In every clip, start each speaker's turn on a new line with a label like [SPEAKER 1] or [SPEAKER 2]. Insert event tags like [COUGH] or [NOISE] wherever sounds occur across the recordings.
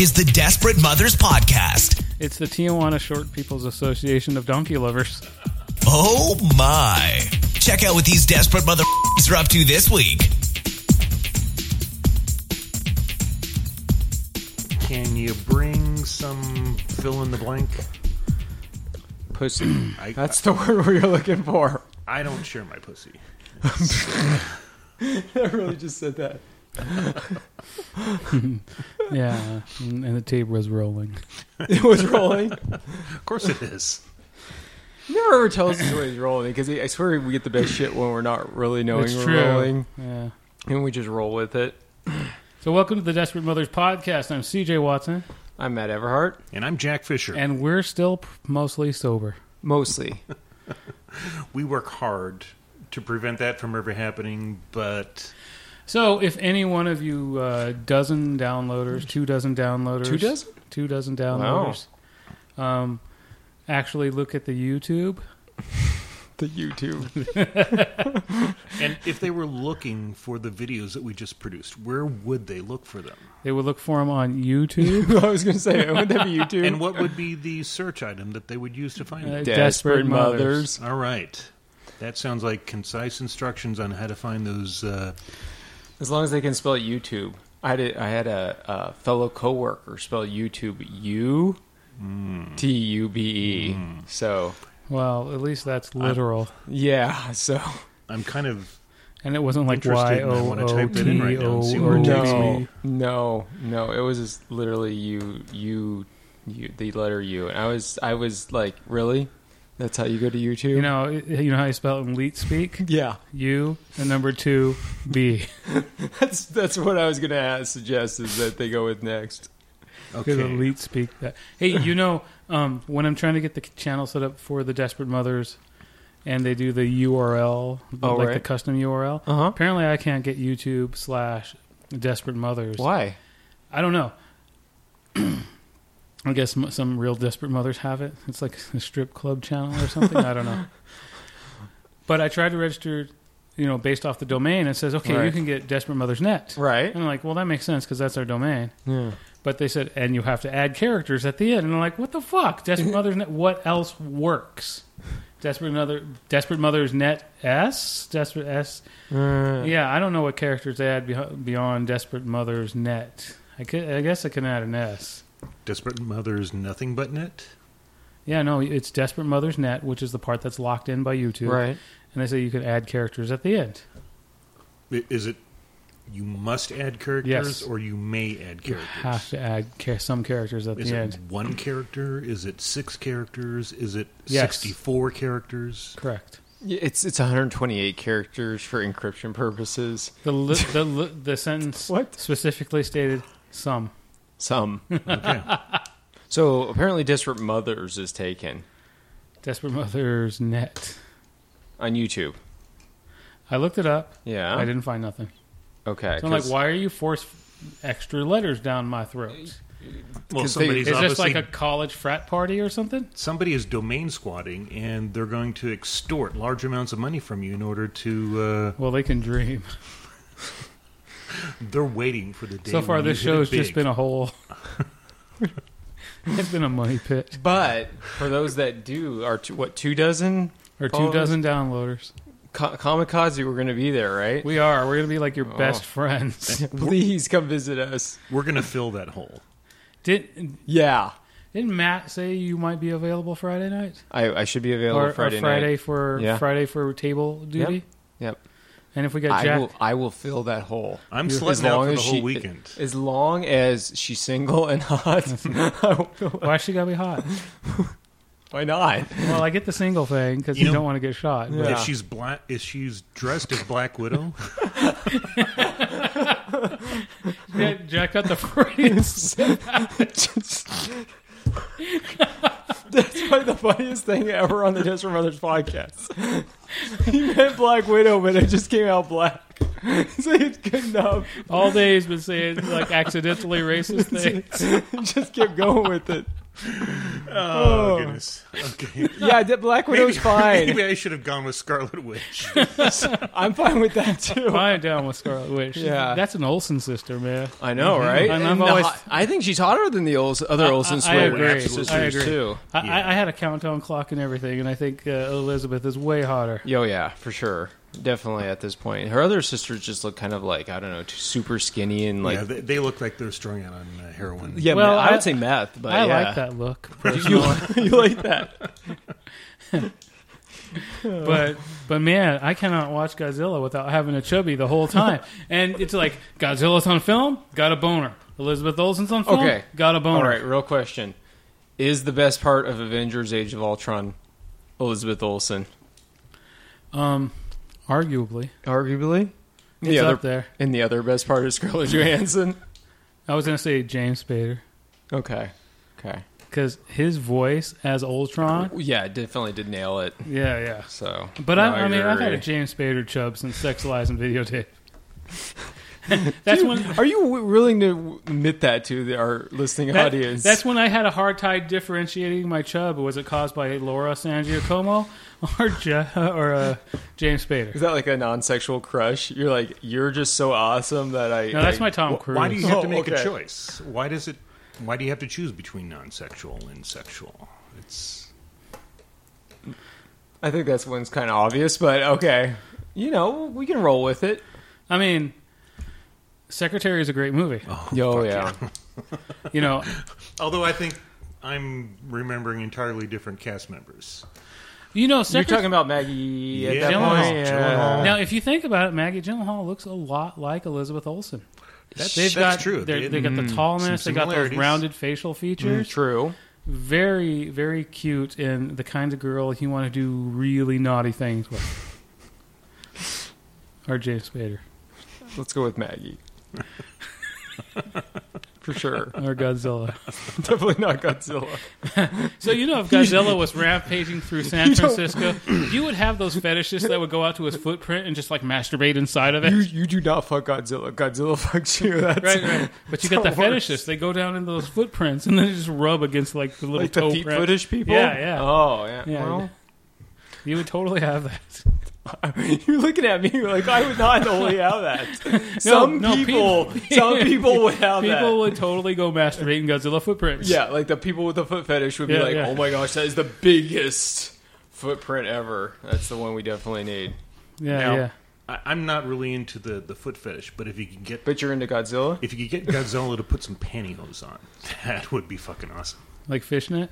[SPEAKER 1] is the Desperate Mothers Podcast.
[SPEAKER 2] It's the Tijuana Short People's Association of Donkey Lovers.
[SPEAKER 1] Oh my. Check out what these desperate mother are up to this week.
[SPEAKER 3] Can you bring some fill in the blank?
[SPEAKER 4] [CLEARS THROAT] Pussy.
[SPEAKER 3] I,
[SPEAKER 4] That's the [LAUGHS] word we were looking for.
[SPEAKER 3] I don't share my pussy.
[SPEAKER 4] [LAUGHS] I really just said that.
[SPEAKER 2] [LAUGHS] Yeah, and and the tape was rolling.
[SPEAKER 4] It was rolling.
[SPEAKER 3] Of course it is.
[SPEAKER 4] He [LAUGHS] never ever tells us when he's rolling because I swear we get the best shit when we're not really knowing
[SPEAKER 2] It's
[SPEAKER 4] we're
[SPEAKER 2] true.
[SPEAKER 4] rolling
[SPEAKER 2] Yeah.
[SPEAKER 4] and we just roll with it.
[SPEAKER 2] So welcome to the Desperate Mothers Podcast. I'm CJ Watson,
[SPEAKER 4] I'm Matt Everhart,
[SPEAKER 3] And I'm Jack Fisher.
[SPEAKER 2] and we're still p- mostly sober.
[SPEAKER 4] mostly.
[SPEAKER 3] we work hard to prevent that from ever happening, but
[SPEAKER 2] So if any one of you uh, dozen downloaders, two dozen downloaders,
[SPEAKER 4] Two dozen?
[SPEAKER 2] two dozen downloaders, um, actually look at the YouTube.
[SPEAKER 4] The YouTube.
[SPEAKER 3] and if they were looking for the videos that we just produced, where would they look for them?
[SPEAKER 2] They would look for them on [LAUGHS] YouTube.
[SPEAKER 4] [LAUGHS] I was going to say, wouldn't that [LAUGHS] be YouTube?
[SPEAKER 3] And what would be the search item that they would use to find
[SPEAKER 2] Uh,
[SPEAKER 3] them?
[SPEAKER 2] Desperate Mothers.
[SPEAKER 3] All right. That sounds like concise instructions on how to find those. Uh,
[SPEAKER 4] As long as they can spell YouTube. I had a, I had a, a fellow coworker spell YouTube U T U B E. So
[SPEAKER 2] Well, at least that's literal,
[SPEAKER 4] yeah, so
[SPEAKER 3] I'm kind of.
[SPEAKER 2] and it wasn't like
[SPEAKER 3] Interested,
[SPEAKER 2] Y
[SPEAKER 3] and I
[SPEAKER 2] O
[SPEAKER 3] wanna
[SPEAKER 2] O
[SPEAKER 3] type that in
[SPEAKER 2] T
[SPEAKER 3] right now
[SPEAKER 2] O
[SPEAKER 3] and see where
[SPEAKER 2] O
[SPEAKER 3] it takes
[SPEAKER 2] T.
[SPEAKER 3] me.
[SPEAKER 4] no, no, no. It was just literally U U U the letter U, and I was I was like, really? That's how you go to YouTube?
[SPEAKER 2] You know, you know how you spell it in leet speak.
[SPEAKER 4] yeah, [LAUGHS]
[SPEAKER 2] U and number two [LAUGHS] B.
[SPEAKER 4] that's that's what I was gonna ask, suggest is that they go with next.
[SPEAKER 2] Because
[SPEAKER 3] Okay.
[SPEAKER 2] elite speak that. Hey, you know, um, when I'm trying to get the channel set up for the Desperate Mothers, and they do the URL,
[SPEAKER 4] Oh,
[SPEAKER 2] like the
[SPEAKER 4] right.
[SPEAKER 2] custom URL.
[SPEAKER 4] Uh huh.
[SPEAKER 2] Apparently, I can't get YouTube slash Desperate Mothers.
[SPEAKER 4] Why?
[SPEAKER 2] I don't know. [CLEARS THROAT] I guess m- some real desperate mothers have it. It's like a strip club channel or something. I don't know. But I tried to register, you know, based off the domain. It says, okay, you
[SPEAKER 4] Right.
[SPEAKER 2] can get Desperate Mothers Net.
[SPEAKER 4] Right?
[SPEAKER 2] And I'm like, well, that makes sense because that's our domain.
[SPEAKER 4] Yeah.
[SPEAKER 2] But they said, and you have to add characters at the end. And I'm like, what the fuck? Desperate Mothers Net, what else works? Desperate Mother, Desperate Mothers Net S? Desperate S?
[SPEAKER 4] Uh,
[SPEAKER 2] Yeah, I don't know what characters they add beh- beyond Desperate Mothers Net. I, could, I guess I can add an S.
[SPEAKER 3] Desperate Mothers Nothing But Net?
[SPEAKER 2] Yeah, no, it's Desperate Mothers Net, which is the part that's locked in by YouTube.
[SPEAKER 4] Right.
[SPEAKER 2] And they say you can add characters at the end.
[SPEAKER 3] I- Is it you must add characters
[SPEAKER 2] Yes.
[SPEAKER 3] or you may add
[SPEAKER 2] You
[SPEAKER 3] characters?
[SPEAKER 2] have to add ca- some characters at
[SPEAKER 3] Is
[SPEAKER 2] the
[SPEAKER 3] it
[SPEAKER 2] end.
[SPEAKER 3] one character? Is it six characters? Is it
[SPEAKER 2] Yes.
[SPEAKER 3] 64 characters?
[SPEAKER 2] Correct.
[SPEAKER 4] Yeah, It's it's 128 characters for encryption purposes.
[SPEAKER 2] The,
[SPEAKER 3] [LAUGHS]
[SPEAKER 2] li- the, li- the sentence
[SPEAKER 4] What?
[SPEAKER 2] specifically stated some. [LAUGHS]
[SPEAKER 4] Some.
[SPEAKER 3] Okay.
[SPEAKER 4] so apparently, Desperate Mothers is taken
[SPEAKER 2] Desperate Mothers Net.
[SPEAKER 4] on YouTube.
[SPEAKER 2] I looked it up.
[SPEAKER 4] Yeah.
[SPEAKER 2] I didn't find nothing.
[SPEAKER 4] Okay.
[SPEAKER 2] So I'm like,
[SPEAKER 4] 'cause-
[SPEAKER 2] why are you force extra letters down my throat?
[SPEAKER 3] well,
[SPEAKER 4] 'Cause they-
[SPEAKER 3] somebody's
[SPEAKER 2] Is this
[SPEAKER 3] obviously
[SPEAKER 2] like a college frat party or something?
[SPEAKER 3] somebody is domain squatting, and they're going to extort large amounts of money from you in order to. Uh,
[SPEAKER 2] Well, they can dream.
[SPEAKER 3] they're waiting for the day.
[SPEAKER 2] So far,
[SPEAKER 3] when you
[SPEAKER 2] this
[SPEAKER 3] hit it
[SPEAKER 2] show's just
[SPEAKER 3] big.
[SPEAKER 2] been a
[SPEAKER 4] [LAUGHS]
[SPEAKER 2] whole. it's been a money pit
[SPEAKER 4] But for those that do, are two, what two dozen
[SPEAKER 2] or two
[SPEAKER 4] Followers?
[SPEAKER 2] dozen downloaders.
[SPEAKER 4] Ka- kamikaze? We're going to be there, [LAUGHS] right?
[SPEAKER 2] We are. We're gonna be like your
[SPEAKER 4] Oh.
[SPEAKER 2] best
[SPEAKER 4] [LAUGHS]
[SPEAKER 2] friends.
[SPEAKER 4] Please come visit us.
[SPEAKER 3] We're going to fill that hole.
[SPEAKER 2] Did
[SPEAKER 4] Yeah,
[SPEAKER 2] didn't Matt say you might be available Friday night
[SPEAKER 4] I, I should be available
[SPEAKER 2] or
[SPEAKER 4] Friday,
[SPEAKER 2] or Friday
[SPEAKER 4] night.
[SPEAKER 2] for
[SPEAKER 4] Yeah.
[SPEAKER 2] Friday for table duty?
[SPEAKER 4] Yep,
[SPEAKER 2] And if we got
[SPEAKER 4] I
[SPEAKER 2] Jack,
[SPEAKER 4] will. I will fill that hole.
[SPEAKER 3] I'm
[SPEAKER 4] As
[SPEAKER 3] slutting out
[SPEAKER 4] long
[SPEAKER 3] for the
[SPEAKER 4] as
[SPEAKER 3] whole
[SPEAKER 4] she-
[SPEAKER 3] weekend.
[SPEAKER 4] As long as she's single and hot, I will fill it.
[SPEAKER 2] why she gotta be hot?
[SPEAKER 4] [LAUGHS] why not?
[SPEAKER 2] Well, I get the single thing because you,
[SPEAKER 3] You know-
[SPEAKER 2] don't want to get shot. but-
[SPEAKER 4] Yeah.
[SPEAKER 3] If she's black, if she's dressed as Black Widow,
[SPEAKER 2] Yeah, Jack got the [LAUGHS] phrase.
[SPEAKER 4] Just- That's probably the funniest thing ever on the Desperate Mothers podcast. [LAUGHS] he meant Black Widow, but it just came out black. [LAUGHS] so it's good enough.
[SPEAKER 2] All day
[SPEAKER 4] [LAUGHS]
[SPEAKER 2] he's been saying like accidentally racist things.
[SPEAKER 4] just kept going with it.
[SPEAKER 3] [LAUGHS] Oh, goodness. [LAUGHS] Okay.
[SPEAKER 4] Yeah, the Black Widow's [LAUGHS] fine.
[SPEAKER 3] Maybe I should have gone with Scarlet Witch.
[SPEAKER 4] [LAUGHS] I'm fine with that too.
[SPEAKER 2] Buy it down with Scarlet Witch.
[SPEAKER 4] Yeah.
[SPEAKER 2] that's an Olsen sister, man.
[SPEAKER 4] I know, right?
[SPEAKER 2] And Mm-hmm. I'm
[SPEAKER 4] And the
[SPEAKER 2] always-
[SPEAKER 4] hot- I think she's hotter than the Ols- other Olsen
[SPEAKER 2] I agree.
[SPEAKER 4] sisters
[SPEAKER 2] I agree.
[SPEAKER 4] too.
[SPEAKER 2] I, I, I had a countdown clock and everything, and I think uh, Elizabeth is way hotter.
[SPEAKER 4] Yo, yeah, for sure. Definitely at this point. Her other sisters just look kind of like, I don't know, t- super skinny and like.
[SPEAKER 3] yeah, they, they look like they're strung out on uh, heroin.
[SPEAKER 4] Yeah,
[SPEAKER 2] Well,
[SPEAKER 4] well, I,
[SPEAKER 2] I-
[SPEAKER 4] would say meth, but
[SPEAKER 2] I
[SPEAKER 4] Uh, yeah.
[SPEAKER 2] like that look,
[SPEAKER 4] [LAUGHS] You, you like that?
[SPEAKER 2] but but man, I cannot watch Godzilla without having a chubby the whole
[SPEAKER 4] [LAUGHS]
[SPEAKER 2] time. and it's like Godzilla's on film, got a boner. Elizabeth Olsen's on film,
[SPEAKER 4] Okay.
[SPEAKER 2] got a boner.
[SPEAKER 4] All right, real question. Is the best part of Avengers Age of Ultron Elizabeth Olsen?
[SPEAKER 2] Um, arguably,
[SPEAKER 4] Arguably.
[SPEAKER 2] it's
[SPEAKER 4] The other,
[SPEAKER 2] up there.
[SPEAKER 4] And the other best part is Scarlett Johansson.
[SPEAKER 2] I was gonna say James Spader
[SPEAKER 4] Okay. Okay.
[SPEAKER 2] because his voice as Ultron.
[SPEAKER 4] Yeah, definitely did nail it.
[SPEAKER 2] Yeah, yeah.
[SPEAKER 4] So,
[SPEAKER 2] But
[SPEAKER 4] No,
[SPEAKER 2] I, I mean, I've had a
[SPEAKER 4] [LAUGHS] agree.
[SPEAKER 2] James Spader chub since Sex Lies and
[SPEAKER 4] [LAUGHS]
[SPEAKER 2] Videotape. [LAUGHS] that's when
[SPEAKER 4] Are you w- willing to w- admit that to the, our listening
[SPEAKER 2] that-
[SPEAKER 4] audience?
[SPEAKER 2] that's when I had a hard time differentiating my chub. Was it caused by Laura San Giacomo [LAUGHS] or Je- or uh, James Spader?
[SPEAKER 4] Is that like a non-sexual crush? You're like, you're just so awesome that I.
[SPEAKER 2] No, that's
[SPEAKER 4] I-
[SPEAKER 2] my Tom
[SPEAKER 3] Wh-
[SPEAKER 2] Cruise.
[SPEAKER 3] Why do you have
[SPEAKER 4] Oh,
[SPEAKER 3] to make
[SPEAKER 4] okay.
[SPEAKER 3] a choice? Why does it? Why do you have to choose between non-sexual and sexual? It's
[SPEAKER 4] I think that's one's kind of obvious, but okay. You know, we can roll with it.
[SPEAKER 2] I mean, Secretary is a great movie.
[SPEAKER 4] Yo, yeah.
[SPEAKER 2] You know,
[SPEAKER 3] although I think I'm remembering entirely different cast members.
[SPEAKER 2] you know,
[SPEAKER 4] You're
[SPEAKER 2] Secretary.
[SPEAKER 4] talking about Maggie at
[SPEAKER 3] Yeah.
[SPEAKER 4] that
[SPEAKER 2] Gyllenhaal.
[SPEAKER 4] point. Yeah.
[SPEAKER 3] Gyllenhaal.
[SPEAKER 2] now, if you think about it, Maggie Gyllenhaal looks a lot like Elizabeth Olsen.
[SPEAKER 3] That's,
[SPEAKER 2] They've
[SPEAKER 3] that's
[SPEAKER 2] got,
[SPEAKER 3] true. Mm,
[SPEAKER 2] They, they got the
[SPEAKER 3] Some
[SPEAKER 2] tallness. They got those
[SPEAKER 3] similarities. Mm.
[SPEAKER 2] rounded facial features.
[SPEAKER 4] Mm, True.
[SPEAKER 2] Very, very cute, and the kind of girl you want to do really naughty things with. [LAUGHS] or James Spader,
[SPEAKER 4] Let's go
[SPEAKER 2] [LAUGHS]
[SPEAKER 4] with Maggie. For sure. [LAUGHS]
[SPEAKER 2] or Godzilla.
[SPEAKER 4] Definitely not Godzilla.
[SPEAKER 2] So you know, if Godzilla was rampaging through [LAUGHS] San Francisco, you would have those fetishists that would go out to his footprint and just like masturbate inside of it.
[SPEAKER 4] You you do not fuck Godzilla. Godzilla [LAUGHS] fucks you. That's
[SPEAKER 2] Right, right. But you got the
[SPEAKER 4] It's the worst.
[SPEAKER 2] fetishists. They go down into those footprints and then they just rub against like the little
[SPEAKER 4] like
[SPEAKER 2] toe
[SPEAKER 4] the feet
[SPEAKER 2] print.
[SPEAKER 4] footish people.
[SPEAKER 2] Oh, Yeah, yeah.
[SPEAKER 4] Oh, yeah.
[SPEAKER 2] Yeah,
[SPEAKER 4] Well,
[SPEAKER 2] You would totally have that.
[SPEAKER 4] [LAUGHS] You're looking at me like I would not only have that.
[SPEAKER 2] [LAUGHS]
[SPEAKER 4] some
[SPEAKER 2] no,
[SPEAKER 4] people,
[SPEAKER 2] people-
[SPEAKER 4] [LAUGHS] some people would have
[SPEAKER 2] People
[SPEAKER 4] that.
[SPEAKER 2] would totally go masturbate in Godzilla footprints.
[SPEAKER 4] Yeah, like the people with the foot fetish would be
[SPEAKER 2] Yeah,
[SPEAKER 4] like,
[SPEAKER 2] yeah.
[SPEAKER 4] "Oh my gosh, that is the biggest footprint ever. That's the one we definitely need."
[SPEAKER 2] yeah,
[SPEAKER 3] Now,
[SPEAKER 2] yeah.
[SPEAKER 3] I, I'm not really into the, the foot fetish, but if you can get
[SPEAKER 4] But you're into Godzilla.
[SPEAKER 3] if you could get Godzilla to put some pantyhose on, that would be fucking awesome.
[SPEAKER 2] Like fishnet.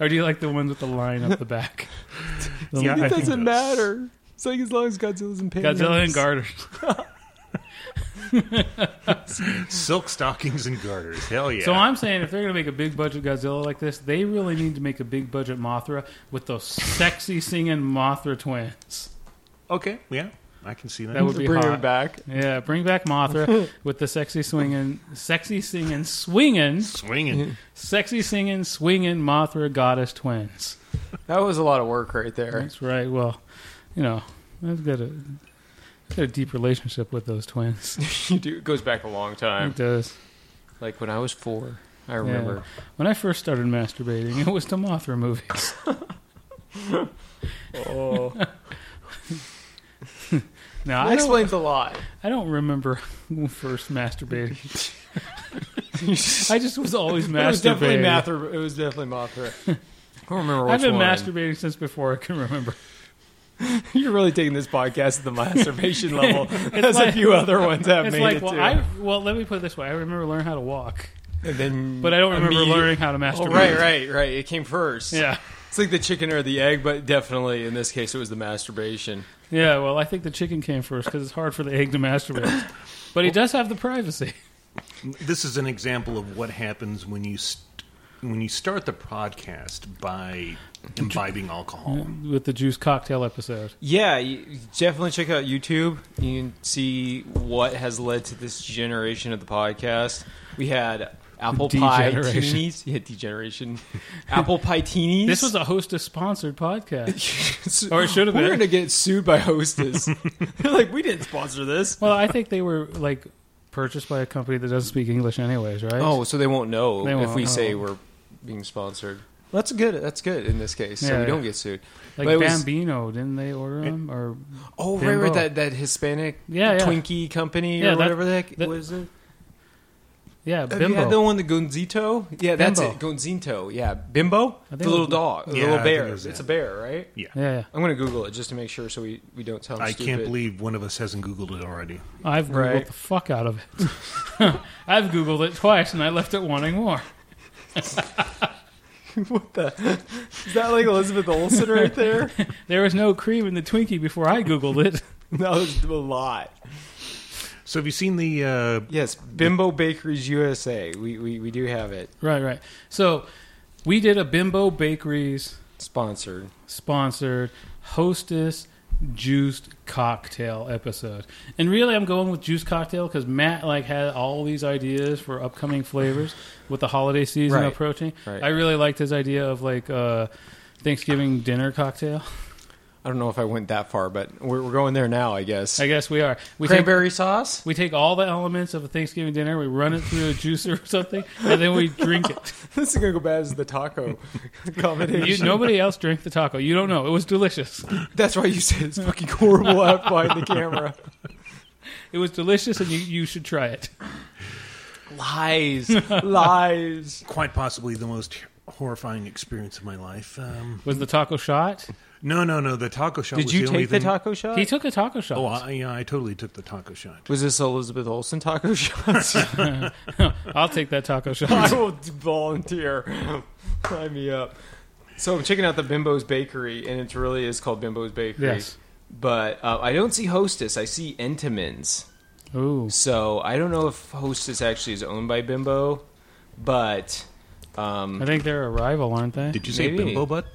[SPEAKER 2] or do you like the ones with the line up the back? The
[SPEAKER 3] Yeah,
[SPEAKER 2] line-
[SPEAKER 3] I think that's-
[SPEAKER 4] It's like as long as Godzilla's in pain.
[SPEAKER 2] Godzilla and garters.
[SPEAKER 3] Silk stockings and garters. Hell yeah.
[SPEAKER 2] So I'm saying if they're going to make a big budget Godzilla like this, they really need to make a big budget Mothra with those sexy singing Mothra twins.
[SPEAKER 3] okay. Yeah, I can see that.
[SPEAKER 2] That would be
[SPEAKER 4] bring her
[SPEAKER 2] hot.
[SPEAKER 4] back.
[SPEAKER 2] Yeah, bring back Mothra with the sexy swinging, sexy singing, swinging,
[SPEAKER 3] swinging.
[SPEAKER 2] sexy singing, swinging Mothra goddess twins.
[SPEAKER 4] That was a lot of work right there.
[SPEAKER 2] That's right. Well, you know, I've got a, I've got a deep relationship with those twins.
[SPEAKER 4] [LAUGHS] You do- it goes back a long time.
[SPEAKER 2] It does.
[SPEAKER 4] Like when I was four, I
[SPEAKER 2] Yeah.
[SPEAKER 4] remember.
[SPEAKER 2] When I first started masturbating, it was to Mothra
[SPEAKER 4] [LAUGHS]
[SPEAKER 2] movies.
[SPEAKER 4] Oh,
[SPEAKER 2] Now
[SPEAKER 4] that
[SPEAKER 2] I don't,
[SPEAKER 4] explains a lot.
[SPEAKER 2] I don't remember [LAUGHS] who first masturbating.
[SPEAKER 4] [LAUGHS]
[SPEAKER 2] I just was always masturbating.
[SPEAKER 4] It was definitely Mothra. It was definitely Mothra. I don't remember which
[SPEAKER 2] I've been
[SPEAKER 4] one.
[SPEAKER 2] masturbating since before I can remember.
[SPEAKER 4] You're really taking this podcast to
[SPEAKER 2] [LAUGHS]
[SPEAKER 4] the [LAUGHS] masturbation level, as
[SPEAKER 2] like-
[SPEAKER 4] a few other ones have
[SPEAKER 2] It's
[SPEAKER 4] made
[SPEAKER 2] like,
[SPEAKER 4] it
[SPEAKER 2] well,
[SPEAKER 4] to.
[SPEAKER 2] I well, let me put it this way: I remember learning how to walk,
[SPEAKER 4] and then,
[SPEAKER 2] but I don't remember
[SPEAKER 4] immediate-
[SPEAKER 2] learning how to masturbate.
[SPEAKER 4] Oh, right, right, right. It came first.
[SPEAKER 2] Yeah,
[SPEAKER 4] It's like the chicken or the egg, but definitely in this case, it was the masturbation.
[SPEAKER 2] yeah. Well, I think the chicken came first because it's hard for the egg to masturbate,
[SPEAKER 4] [LAUGHS]
[SPEAKER 2] but he does have the privacy.
[SPEAKER 3] This is an example of what happens when you st- when you start the podcast by imbibing alcohol.
[SPEAKER 2] with the juice cocktail episode.
[SPEAKER 4] Yeah, you you definitely check out YouTube. You can see what has led to this generation of the podcast. We had apple pie
[SPEAKER 2] Degeneration.
[SPEAKER 4] teenies. Yeah, [LAUGHS] degeneration. apple pie teenies.
[SPEAKER 2] This was a hostess sponsored podcast.
[SPEAKER 4] [LAUGHS] or
[SPEAKER 2] it should have
[SPEAKER 4] We're
[SPEAKER 2] been.
[SPEAKER 4] gonna [LAUGHS] get sued by Hostess. They're like, we didn't sponsor this.
[SPEAKER 2] Well, I think they were like purchased by a company that doesn't speak English, anyways, right?
[SPEAKER 4] Oh, so they won't know
[SPEAKER 2] They
[SPEAKER 4] if
[SPEAKER 2] won't
[SPEAKER 4] we
[SPEAKER 2] know.
[SPEAKER 4] say we're being sponsored. That's good. That's good in this case. so
[SPEAKER 2] Yeah,
[SPEAKER 4] we don't
[SPEAKER 2] yeah.
[SPEAKER 4] get sued.
[SPEAKER 2] like
[SPEAKER 4] But it was-
[SPEAKER 2] Bambino, didn't they order them? Or
[SPEAKER 4] oh, right,
[SPEAKER 2] Bimbo.
[SPEAKER 4] right, that that Hispanic
[SPEAKER 2] Yeah, yeah.
[SPEAKER 4] Twinkie company
[SPEAKER 2] Yeah,
[SPEAKER 4] or
[SPEAKER 2] that-
[SPEAKER 4] whatever the heck
[SPEAKER 2] that-
[SPEAKER 4] was it.
[SPEAKER 2] yeah,
[SPEAKER 4] Have
[SPEAKER 2] Bimbo.
[SPEAKER 4] you had the one the Gonzito? Yeah, that's
[SPEAKER 2] Bimbo.
[SPEAKER 4] it. Gonzito. Yeah, Bimbo,
[SPEAKER 2] think
[SPEAKER 4] the little
[SPEAKER 2] it was-
[SPEAKER 4] dog,
[SPEAKER 3] Yeah,
[SPEAKER 4] the
[SPEAKER 3] I
[SPEAKER 4] little
[SPEAKER 3] think
[SPEAKER 4] bear.
[SPEAKER 3] it was
[SPEAKER 4] It's
[SPEAKER 3] that.
[SPEAKER 4] a bear, right?
[SPEAKER 3] Yeah.
[SPEAKER 2] yeah, yeah.
[SPEAKER 4] I'm gonna Google it just to make sure, so we, we don't sound
[SPEAKER 3] I
[SPEAKER 4] stupid.
[SPEAKER 3] can't believe one of us hasn't Googled it already.
[SPEAKER 2] I've googled
[SPEAKER 4] Right.
[SPEAKER 2] the fuck out of it. [LAUGHS] I've googled it twice, and I left it wanting more.
[SPEAKER 4] what the. [LAUGHS] Is that like Elizabeth Olsen
[SPEAKER 3] [LAUGHS]
[SPEAKER 4] right there?
[SPEAKER 2] There was no cream in the Twinkie before I googled
[SPEAKER 4] [LAUGHS]
[SPEAKER 2] it.
[SPEAKER 4] that was a lot.
[SPEAKER 3] So have you seen the? Uh,
[SPEAKER 4] Yes, Bimbo Bakeries USA. We we, we do have it
[SPEAKER 2] right, right. So we did a Bimbo Bakeries
[SPEAKER 4] sponsored.
[SPEAKER 2] sponsored Hostess juiced cocktail episode. And really I'm going with juice cocktail cuz Matt like had all these ideas for upcoming flavors with the holiday season
[SPEAKER 4] Right.
[SPEAKER 2] approaching.
[SPEAKER 4] Right.
[SPEAKER 2] I really liked his idea of like uh Thanksgiving dinner cocktail.
[SPEAKER 4] I don't know if I went that far, but we're, we're going there now, I guess.
[SPEAKER 2] I guess we are. We take
[SPEAKER 4] Cranberry sauce. [LAUGHS]
[SPEAKER 2] we take all the elements of a Thanksgiving dinner, we run it through a juicer or something, and then we drink
[SPEAKER 4] [LAUGHS]
[SPEAKER 2] it.
[SPEAKER 4] this is gonna go bad as the taco [LAUGHS] combination.
[SPEAKER 2] You, nobody else drank the taco. You don't know. It was delicious.
[SPEAKER 4] That's why you said it's fucking horrible [LAUGHS] out behind the camera.
[SPEAKER 2] It was delicious, and you, you should try it.
[SPEAKER 4] Lies,
[SPEAKER 2] [LAUGHS]
[SPEAKER 4] lies.
[SPEAKER 3] quite possibly the most horrifying experience of my life. Um,
[SPEAKER 2] Was the taco shot?
[SPEAKER 3] no, no, no. The taco shot.
[SPEAKER 4] Did
[SPEAKER 3] was
[SPEAKER 4] you
[SPEAKER 3] the only
[SPEAKER 4] take the
[SPEAKER 3] thing-
[SPEAKER 4] taco shot?
[SPEAKER 2] He took a taco shot.
[SPEAKER 3] Oh, I, yeah, I totally took the taco shot.
[SPEAKER 4] was this Elizabeth
[SPEAKER 2] [LAUGHS]
[SPEAKER 4] Olsen taco shots?
[SPEAKER 2] I'll take that taco shot.
[SPEAKER 3] [LAUGHS]
[SPEAKER 4] [LAUGHS] I will volunteer. Sign me up. So I'm checking out the Bimbo's Bakery, and it really is called Bimbo's Bakery.
[SPEAKER 2] Yes.
[SPEAKER 4] But uh, I don't see Hostess. I see Entenmann's.
[SPEAKER 2] Ooh.
[SPEAKER 4] So I don't know if Hostess actually is owned by Bimbo, but um,
[SPEAKER 2] I think they're a rival, aren't they?
[SPEAKER 3] Did you say
[SPEAKER 4] Maybe.
[SPEAKER 3] bimbo butt?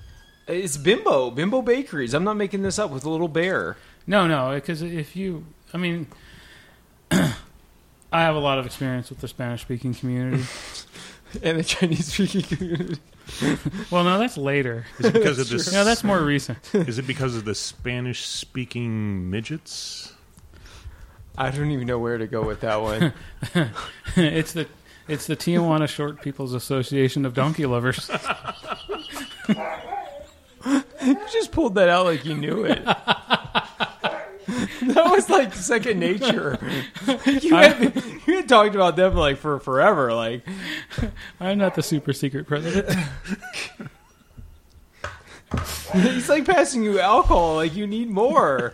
[SPEAKER 4] it's Bimbo. Bimbo Bakeries. I'm not making this up with a little bear.
[SPEAKER 2] No, no, because if you, I mean, [CLEARS THROAT] I have a lot of experience with the Spanish-speaking
[SPEAKER 3] [LAUGHS]
[SPEAKER 2] community.
[SPEAKER 4] And the Chinese speaking community.
[SPEAKER 2] well, no, that's later.
[SPEAKER 3] Is it because of this?
[SPEAKER 2] No, that's more recent. [LAUGHS]
[SPEAKER 3] Is it because of the Spanish speaking midgets?
[SPEAKER 4] I don't even know where to go with that
[SPEAKER 2] [LAUGHS]
[SPEAKER 4] one.
[SPEAKER 2] it's the it's the Tijuana Short People's Association of Donkey
[SPEAKER 3] [LAUGHS]
[SPEAKER 2] Lovers.
[SPEAKER 4] you just pulled that out like you knew it. that was like second nature. You had, you had talked about them like for forever. Like
[SPEAKER 2] I'm not the super secret president. [LAUGHS]
[SPEAKER 4] It's like passing you alcohol. Like you need more.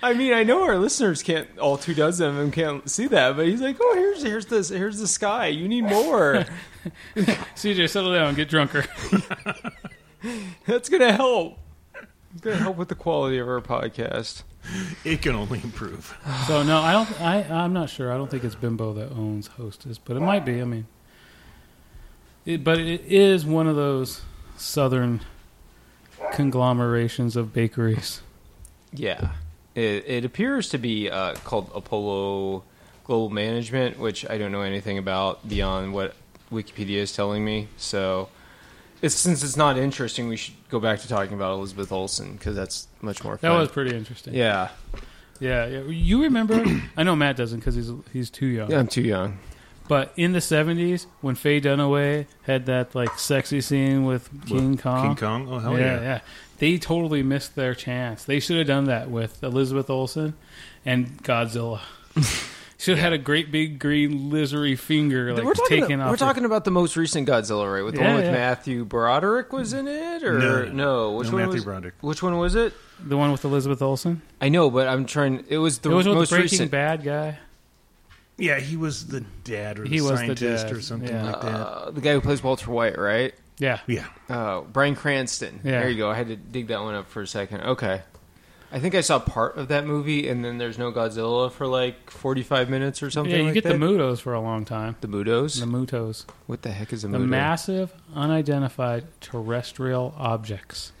[SPEAKER 4] I mean, I know our listeners can't all two dozen of them can't see that, but he's like, oh, here's here's this here's the sky. You need more.
[SPEAKER 2] CJ, settle down, get drunker.
[SPEAKER 4] That's gonna help. It's gonna help with the quality of our podcast.
[SPEAKER 3] It can only improve.
[SPEAKER 2] So no, I don't. I I'm not sure. I don't think it's Bimbo that owns Hostess, but it might be. I mean, it, but it is one of those southern conglomerations of bakeries.
[SPEAKER 4] Yeah, it, it appears to be uh, called Apollo Global Management, which I don't know anything about beyond what Wikipedia is telling me. So, it's, since it's not interesting, we should go back to talking about Elizabeth Olsen because that's much more.
[SPEAKER 2] That
[SPEAKER 4] fun.
[SPEAKER 2] was pretty interesting.
[SPEAKER 4] Yeah.
[SPEAKER 2] yeah. yeah. You remember? [CLEARS THROAT] I know Matt doesn't because he's he's too young.
[SPEAKER 4] I'm too young.
[SPEAKER 2] But in the '70s, when Faye Dunaway had that like sexy scene with King Kong,
[SPEAKER 3] King Kong? Oh, hell
[SPEAKER 2] yeah,
[SPEAKER 3] yeah.
[SPEAKER 2] yeah, They totally missed their chance. They should have done that with Elizabeth Olsen and
[SPEAKER 3] [LAUGHS]
[SPEAKER 2] Godzilla. should have had a great big green lizardy finger like
[SPEAKER 4] we're talking,
[SPEAKER 2] taken off.
[SPEAKER 4] we're
[SPEAKER 2] her-
[SPEAKER 4] talking about the most recent Godzilla, right? With the
[SPEAKER 2] Yeah,
[SPEAKER 4] one with
[SPEAKER 2] yeah.
[SPEAKER 4] Matthew Broderick was in it, or
[SPEAKER 3] No, no,
[SPEAKER 4] Which
[SPEAKER 3] No,
[SPEAKER 4] one
[SPEAKER 3] Matthew
[SPEAKER 4] was,
[SPEAKER 3] Broderick.
[SPEAKER 4] Which one was it?
[SPEAKER 2] the one with Elizabeth Olsen.
[SPEAKER 4] I know, but I'm trying. It was the
[SPEAKER 2] it was with
[SPEAKER 4] most
[SPEAKER 2] the Breaking
[SPEAKER 4] recent.
[SPEAKER 2] Bad guy.
[SPEAKER 3] Yeah, he was the dad or the
[SPEAKER 2] He was the
[SPEAKER 3] scientist
[SPEAKER 2] dad,
[SPEAKER 3] or something
[SPEAKER 2] yeah.
[SPEAKER 3] like that.
[SPEAKER 4] uh, the guy who plays Walter White, right?
[SPEAKER 2] Yeah,
[SPEAKER 3] yeah.
[SPEAKER 4] Uh, Brian Cranston.
[SPEAKER 2] Yeah.
[SPEAKER 4] There you go. I had to dig that one up for a second. Okay. I think I saw part of that movie, and then there's no Godzilla for like 45 minutes or something.
[SPEAKER 2] yeah. You
[SPEAKER 4] like
[SPEAKER 2] get
[SPEAKER 4] that.
[SPEAKER 2] the Mutos for a long time.
[SPEAKER 4] The Mudos.
[SPEAKER 2] The Mutos,
[SPEAKER 4] what the heck is a
[SPEAKER 2] the
[SPEAKER 4] Mudo?
[SPEAKER 2] massive unidentified terrestrial objects.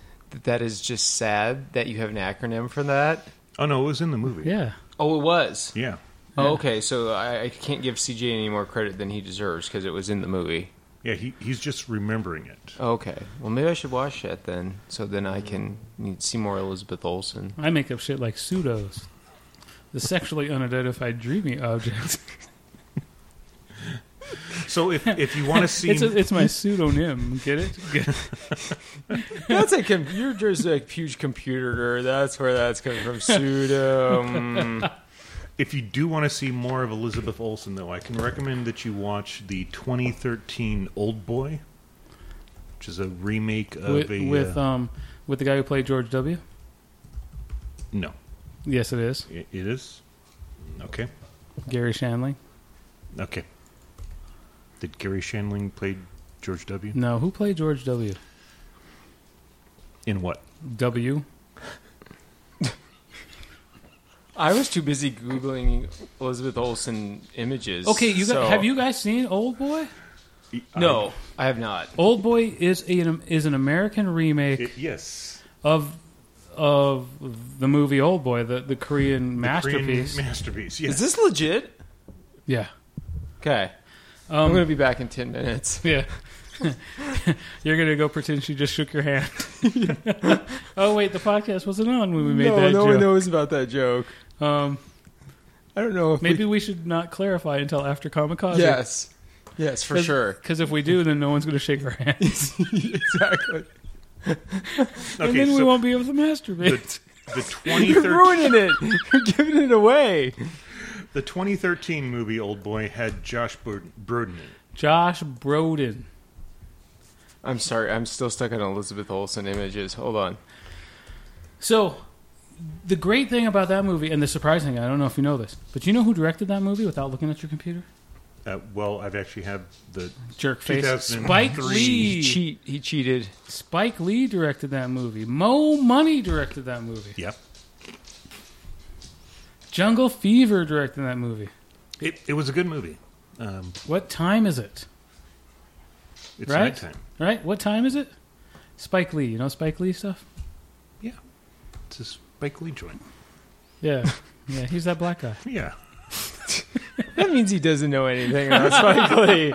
[SPEAKER 4] That is just sad that you have an acronym for that.
[SPEAKER 3] Oh, no, it was in the movie.
[SPEAKER 2] Yeah,
[SPEAKER 4] Oh, it was.
[SPEAKER 3] Yeah.
[SPEAKER 4] Oh, okay, so I, I can't give CJ any more credit than he deserves because it was in the movie.
[SPEAKER 3] Yeah, he, he's just remembering it.
[SPEAKER 4] Okay, well maybe I should watch that then, so then I can need- see more Elizabeth Olsen.
[SPEAKER 2] I make up shit like pseudos. The sexually unidentified dreamy objects.
[SPEAKER 3] So if, if you
[SPEAKER 2] [LAUGHS]
[SPEAKER 3] want to see,
[SPEAKER 2] It's, a, it's my pseudonym. Get it? Get it?
[SPEAKER 4] That's a com- you're just a huge computer. That's where that's coming from. Pseudo. mm.
[SPEAKER 3] if you do want to see more of Elizabeth Olsen, though, I can recommend that you watch the 2013 Old Boy, which is a remake of
[SPEAKER 2] With,
[SPEAKER 3] a
[SPEAKER 2] with
[SPEAKER 3] uh,
[SPEAKER 2] um with the guy who played George W.
[SPEAKER 3] no,
[SPEAKER 2] Yes, it is
[SPEAKER 3] it, it is okay,
[SPEAKER 2] Gary Shanley.
[SPEAKER 3] okay. Did Gary Shandling play George W.
[SPEAKER 2] No, who played George W.
[SPEAKER 3] in what?
[SPEAKER 2] W.
[SPEAKER 4] I was too busy googling Elizabeth Olsen images.
[SPEAKER 2] Okay, you got,
[SPEAKER 4] so-
[SPEAKER 2] have you guys seen Old Boy?
[SPEAKER 4] No, I have not.
[SPEAKER 2] Old Boy is an is an American remake
[SPEAKER 3] It- yes,
[SPEAKER 2] of of the movie Old Boy, the the Korean
[SPEAKER 3] The Korean
[SPEAKER 2] masterpiece.
[SPEAKER 3] [LAUGHS] masterpiece. Yes.
[SPEAKER 4] Is this legit?
[SPEAKER 2] yeah,
[SPEAKER 4] Okay, I'm
[SPEAKER 2] um,
[SPEAKER 4] gonna be back in ten [LAUGHS] minutes.
[SPEAKER 2] yeah. [LAUGHS] You're gonna go pretend she just shook your hand. [LAUGHS] oh wait, the podcast wasn't on when we made that joke.
[SPEAKER 4] knows about that joke.
[SPEAKER 2] Um,
[SPEAKER 4] I don't know if
[SPEAKER 2] maybe we should not clarify until after Comic Con.
[SPEAKER 4] Yes, yes,
[SPEAKER 2] [LAUGHS]
[SPEAKER 4] for sure.
[SPEAKER 2] Because if we do, then no one's going to shake our hand,
[SPEAKER 4] exactly.
[SPEAKER 2] and then we
[SPEAKER 3] so-
[SPEAKER 2] won't be able to masturbate. [LAUGHS]
[SPEAKER 3] the
[SPEAKER 4] [LAUGHS] You're
[SPEAKER 3] 2013,
[SPEAKER 4] ruining it. You're giving it away.
[SPEAKER 3] the 2013 movie Old Boy had Josh Brod- Brolin. in it.
[SPEAKER 2] Josh Broden.
[SPEAKER 4] I'm sorry. I'm still stuck on Elizabeth Olsen images. Hold on.
[SPEAKER 2] So, the great thing about that movie, and the surprising thing, I don't know if you know this, but you know who directed that movie without looking at your computer?
[SPEAKER 3] Uh, well, I've actually had the
[SPEAKER 2] Jerk face.
[SPEAKER 3] 2003.
[SPEAKER 2] Spike
[SPEAKER 4] He
[SPEAKER 2] Lee.
[SPEAKER 4] cheat. He cheated.
[SPEAKER 2] Spike Lee directed that movie. Mo Money directed that movie.
[SPEAKER 3] yep.
[SPEAKER 2] Jungle Fever directed that movie.
[SPEAKER 3] It, it was a good movie. Um,
[SPEAKER 2] What time is it?
[SPEAKER 3] it's
[SPEAKER 2] Right?
[SPEAKER 3] nighttime.
[SPEAKER 2] Right? What time is it? Spike Lee. You know Spike Lee stuff?
[SPEAKER 3] Yeah, it's a Spike Lee joint.
[SPEAKER 2] Yeah. [LAUGHS] Yeah, he's that black guy.
[SPEAKER 3] Yeah,
[SPEAKER 4] That means he doesn't know anything about Spike Lee.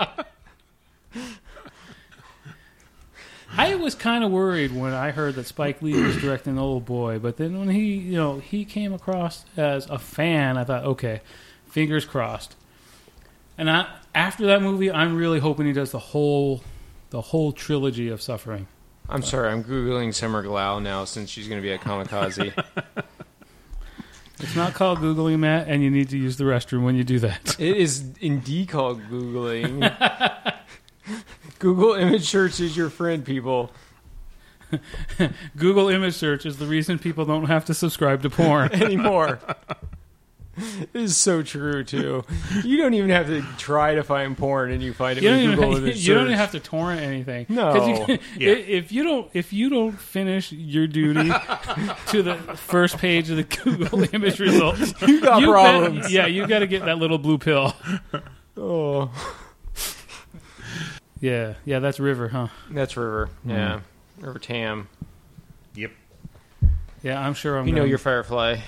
[SPEAKER 2] I was kind of worried when I heard that Spike Lee was directing Old Boy, but then when he, you know, he came across as a fan, I thought, okay, fingers crossed. And I, after that movie, I'm really hoping he does the whole, the whole trilogy of Suffering.
[SPEAKER 4] I'm sorry. I'm googling Summer Glau now since she's going to be
[SPEAKER 2] [LAUGHS]
[SPEAKER 4] at Kamikaze.
[SPEAKER 2] It's not called googling, Matt, and you need to use the restroom when you do that. [LAUGHS]
[SPEAKER 4] it is indeed called googling. [LAUGHS] Google image search is your friend, people.
[SPEAKER 2] Google image search is the reason people don't have to subscribe to porn.
[SPEAKER 4] anymore. it is so true too. You don't even have to try to find porn, and you find it
[SPEAKER 2] You don't,
[SPEAKER 4] with
[SPEAKER 2] even,
[SPEAKER 4] Google.
[SPEAKER 2] [LAUGHS] you,
[SPEAKER 4] image
[SPEAKER 2] you don't
[SPEAKER 4] search.
[SPEAKER 2] even have to torrent anything.
[SPEAKER 4] No.
[SPEAKER 2] 'Cause you can-
[SPEAKER 3] Yeah.
[SPEAKER 2] if you don't, if you don't finish your
[SPEAKER 4] [LAUGHS]
[SPEAKER 2] duty to the first page of the Google image results,
[SPEAKER 4] You got
[SPEAKER 2] you bet-
[SPEAKER 4] problems.
[SPEAKER 2] yeah, you got to get that little blue pill.
[SPEAKER 4] Oh,
[SPEAKER 2] Yeah, yeah, that's River, huh?
[SPEAKER 4] that's River.
[SPEAKER 2] Hmm.
[SPEAKER 4] Yeah, River Tam.
[SPEAKER 3] yep.
[SPEAKER 2] Yeah, I'm sure I'm.
[SPEAKER 4] You know
[SPEAKER 2] gonna, [LAUGHS]
[SPEAKER 4] your Firefly.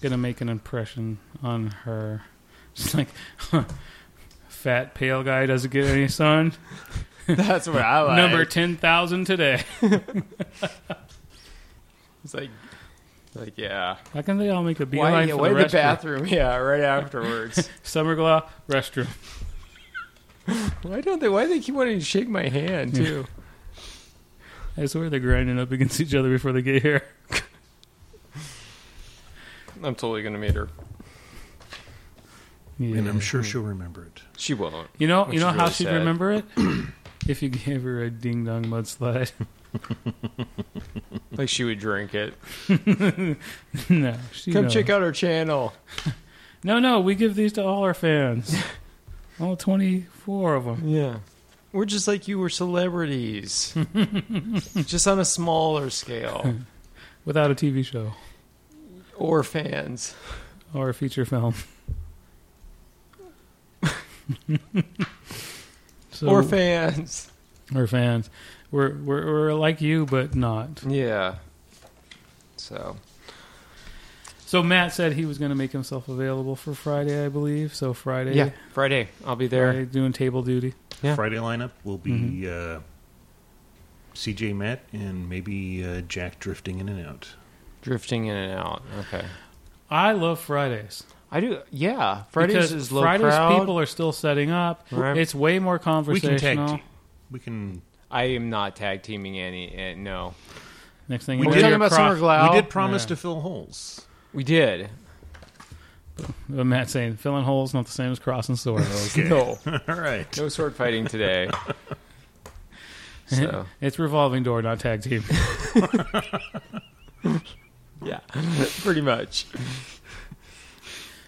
[SPEAKER 2] gonna make an impression on her. [LAUGHS] Just like fat pale guy doesn't get any sun.
[SPEAKER 4] That's what I like.
[SPEAKER 2] Number ten thousand today. [LAUGHS]
[SPEAKER 4] It's like, like yeah.
[SPEAKER 2] Why can they all make a
[SPEAKER 4] Why,
[SPEAKER 2] beeline
[SPEAKER 4] yeah,
[SPEAKER 2] for
[SPEAKER 4] why
[SPEAKER 2] the
[SPEAKER 4] the,
[SPEAKER 2] restroom?
[SPEAKER 4] bathroom? [LAUGHS] Yeah, right afterwards.
[SPEAKER 2] Summer glow restroom.
[SPEAKER 4] why don't they? Why do they keep wanting to shake my hand too?
[SPEAKER 2] I swear they're grinding up against each other before they get here.
[SPEAKER 4] I'm totally gonna meet her.
[SPEAKER 2] Yeah.
[SPEAKER 3] And I'm sure she'll remember it.
[SPEAKER 4] She won't. [LAUGHS]
[SPEAKER 2] You know,
[SPEAKER 4] Which
[SPEAKER 2] you know
[SPEAKER 4] is
[SPEAKER 2] how
[SPEAKER 4] really
[SPEAKER 2] she'd
[SPEAKER 4] sad.
[SPEAKER 2] remember
[SPEAKER 4] [CLEARS THROAT]
[SPEAKER 2] it if you gave her a ding dong mudslide. [LAUGHS]
[SPEAKER 4] Like she would drink it.
[SPEAKER 2] no, she
[SPEAKER 4] Come
[SPEAKER 2] knows.
[SPEAKER 4] check out our channel.
[SPEAKER 2] No, no, we give these to all our
[SPEAKER 4] [LAUGHS]
[SPEAKER 2] fans, all twenty four of them.
[SPEAKER 4] Yeah. We're just like you were [LAUGHS] celebrities. just on a smaller scale.
[SPEAKER 2] without a TV show
[SPEAKER 4] [LAUGHS] Or fans.
[SPEAKER 2] or a feature film. [LAUGHS] so,
[SPEAKER 4] or fans.
[SPEAKER 2] or fans. We're, we're we're like you, but not.
[SPEAKER 4] Yeah. So
[SPEAKER 2] So Matt said he was going to make himself available for Friday, I believe. So Friday,
[SPEAKER 4] Yeah. Friday. I'll be there.
[SPEAKER 2] Friday doing table duty.
[SPEAKER 4] Yeah.
[SPEAKER 3] Friday lineup will be
[SPEAKER 2] Mm-hmm.
[SPEAKER 3] uh, C.J. Matt and maybe uh, Jack drifting in and out.
[SPEAKER 4] Drifting in and out. Okay.
[SPEAKER 2] I love Fridays.
[SPEAKER 4] I do. Yeah, Fridays
[SPEAKER 2] because
[SPEAKER 4] is low
[SPEAKER 2] Fridays
[SPEAKER 4] crowd.
[SPEAKER 2] people are still setting up.
[SPEAKER 4] Right.
[SPEAKER 2] It's way more
[SPEAKER 3] We can tag
[SPEAKER 2] conversational.
[SPEAKER 3] team. We can.
[SPEAKER 4] I am not tag teaming any. eh, no,
[SPEAKER 2] Next thing
[SPEAKER 3] We
[SPEAKER 2] you know,
[SPEAKER 4] we're
[SPEAKER 3] did-
[SPEAKER 4] talking
[SPEAKER 2] you're
[SPEAKER 4] about
[SPEAKER 2] cross-
[SPEAKER 4] Summer Glau.
[SPEAKER 3] we did promise
[SPEAKER 2] Yeah.
[SPEAKER 3] to fill holes. [LAUGHS]
[SPEAKER 4] We did.
[SPEAKER 2] [LAUGHS] Uh, Matt saying filling holes not the same as crossing swords.
[SPEAKER 4] No,
[SPEAKER 3] All right.
[SPEAKER 4] no sword fighting today. [LAUGHS] so
[SPEAKER 2] [LAUGHS] it's revolving door, not tag
[SPEAKER 4] [LAUGHS]
[SPEAKER 2] team.
[SPEAKER 4] yeah, [LAUGHS] pretty much.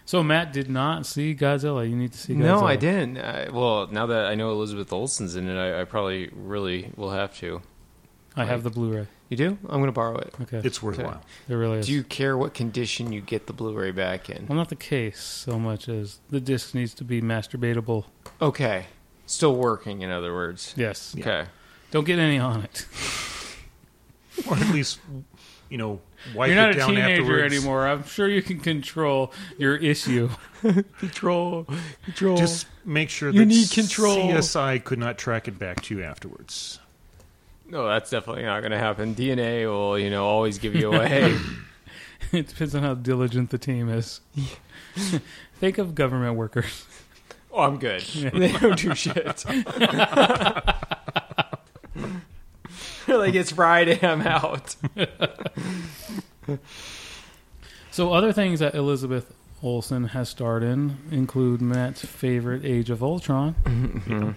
[SPEAKER 2] So Matt did not see Godzilla. You need to see. Godzilla.
[SPEAKER 4] No, I didn't. I, well, now that I know Elizabeth Olsen's in it, I, I probably really will have to.
[SPEAKER 2] I have the Blu-ray.
[SPEAKER 4] You do? I'm going to borrow it.
[SPEAKER 2] Okay,
[SPEAKER 3] It's worthwhile.
[SPEAKER 2] it really is.
[SPEAKER 4] Do you care what condition you get the Blu-ray back in?
[SPEAKER 2] well, not the case so much as the disc needs to be masturbatable.
[SPEAKER 4] Okay, still working. In other words.
[SPEAKER 2] Yes.
[SPEAKER 4] Okay.
[SPEAKER 2] Don't get any on it.
[SPEAKER 3] Or at least, you know, wipe
[SPEAKER 2] You're not
[SPEAKER 3] it
[SPEAKER 2] a
[SPEAKER 3] down
[SPEAKER 2] teenager
[SPEAKER 3] afterwards.
[SPEAKER 2] anymore. I'm sure you can control your issue.
[SPEAKER 4] [LAUGHS] Control. Control.
[SPEAKER 3] Just make sure
[SPEAKER 4] You
[SPEAKER 3] that
[SPEAKER 4] need control.
[SPEAKER 3] CSI could not track it back to you afterwards.
[SPEAKER 4] No, that's definitely not going to happen. DNA will, you know, always give you [LAUGHS] away.
[SPEAKER 2] [LAUGHS] it depends on how diligent the team is. [LAUGHS] Think of government workers.
[SPEAKER 4] oh, I'm [LAUGHS] good. They don't do [LAUGHS] shit. like it's Friday, I'm out.
[SPEAKER 2] So other things that Elizabeth Olsen has starred in include Matt's favorite Age of Ultron.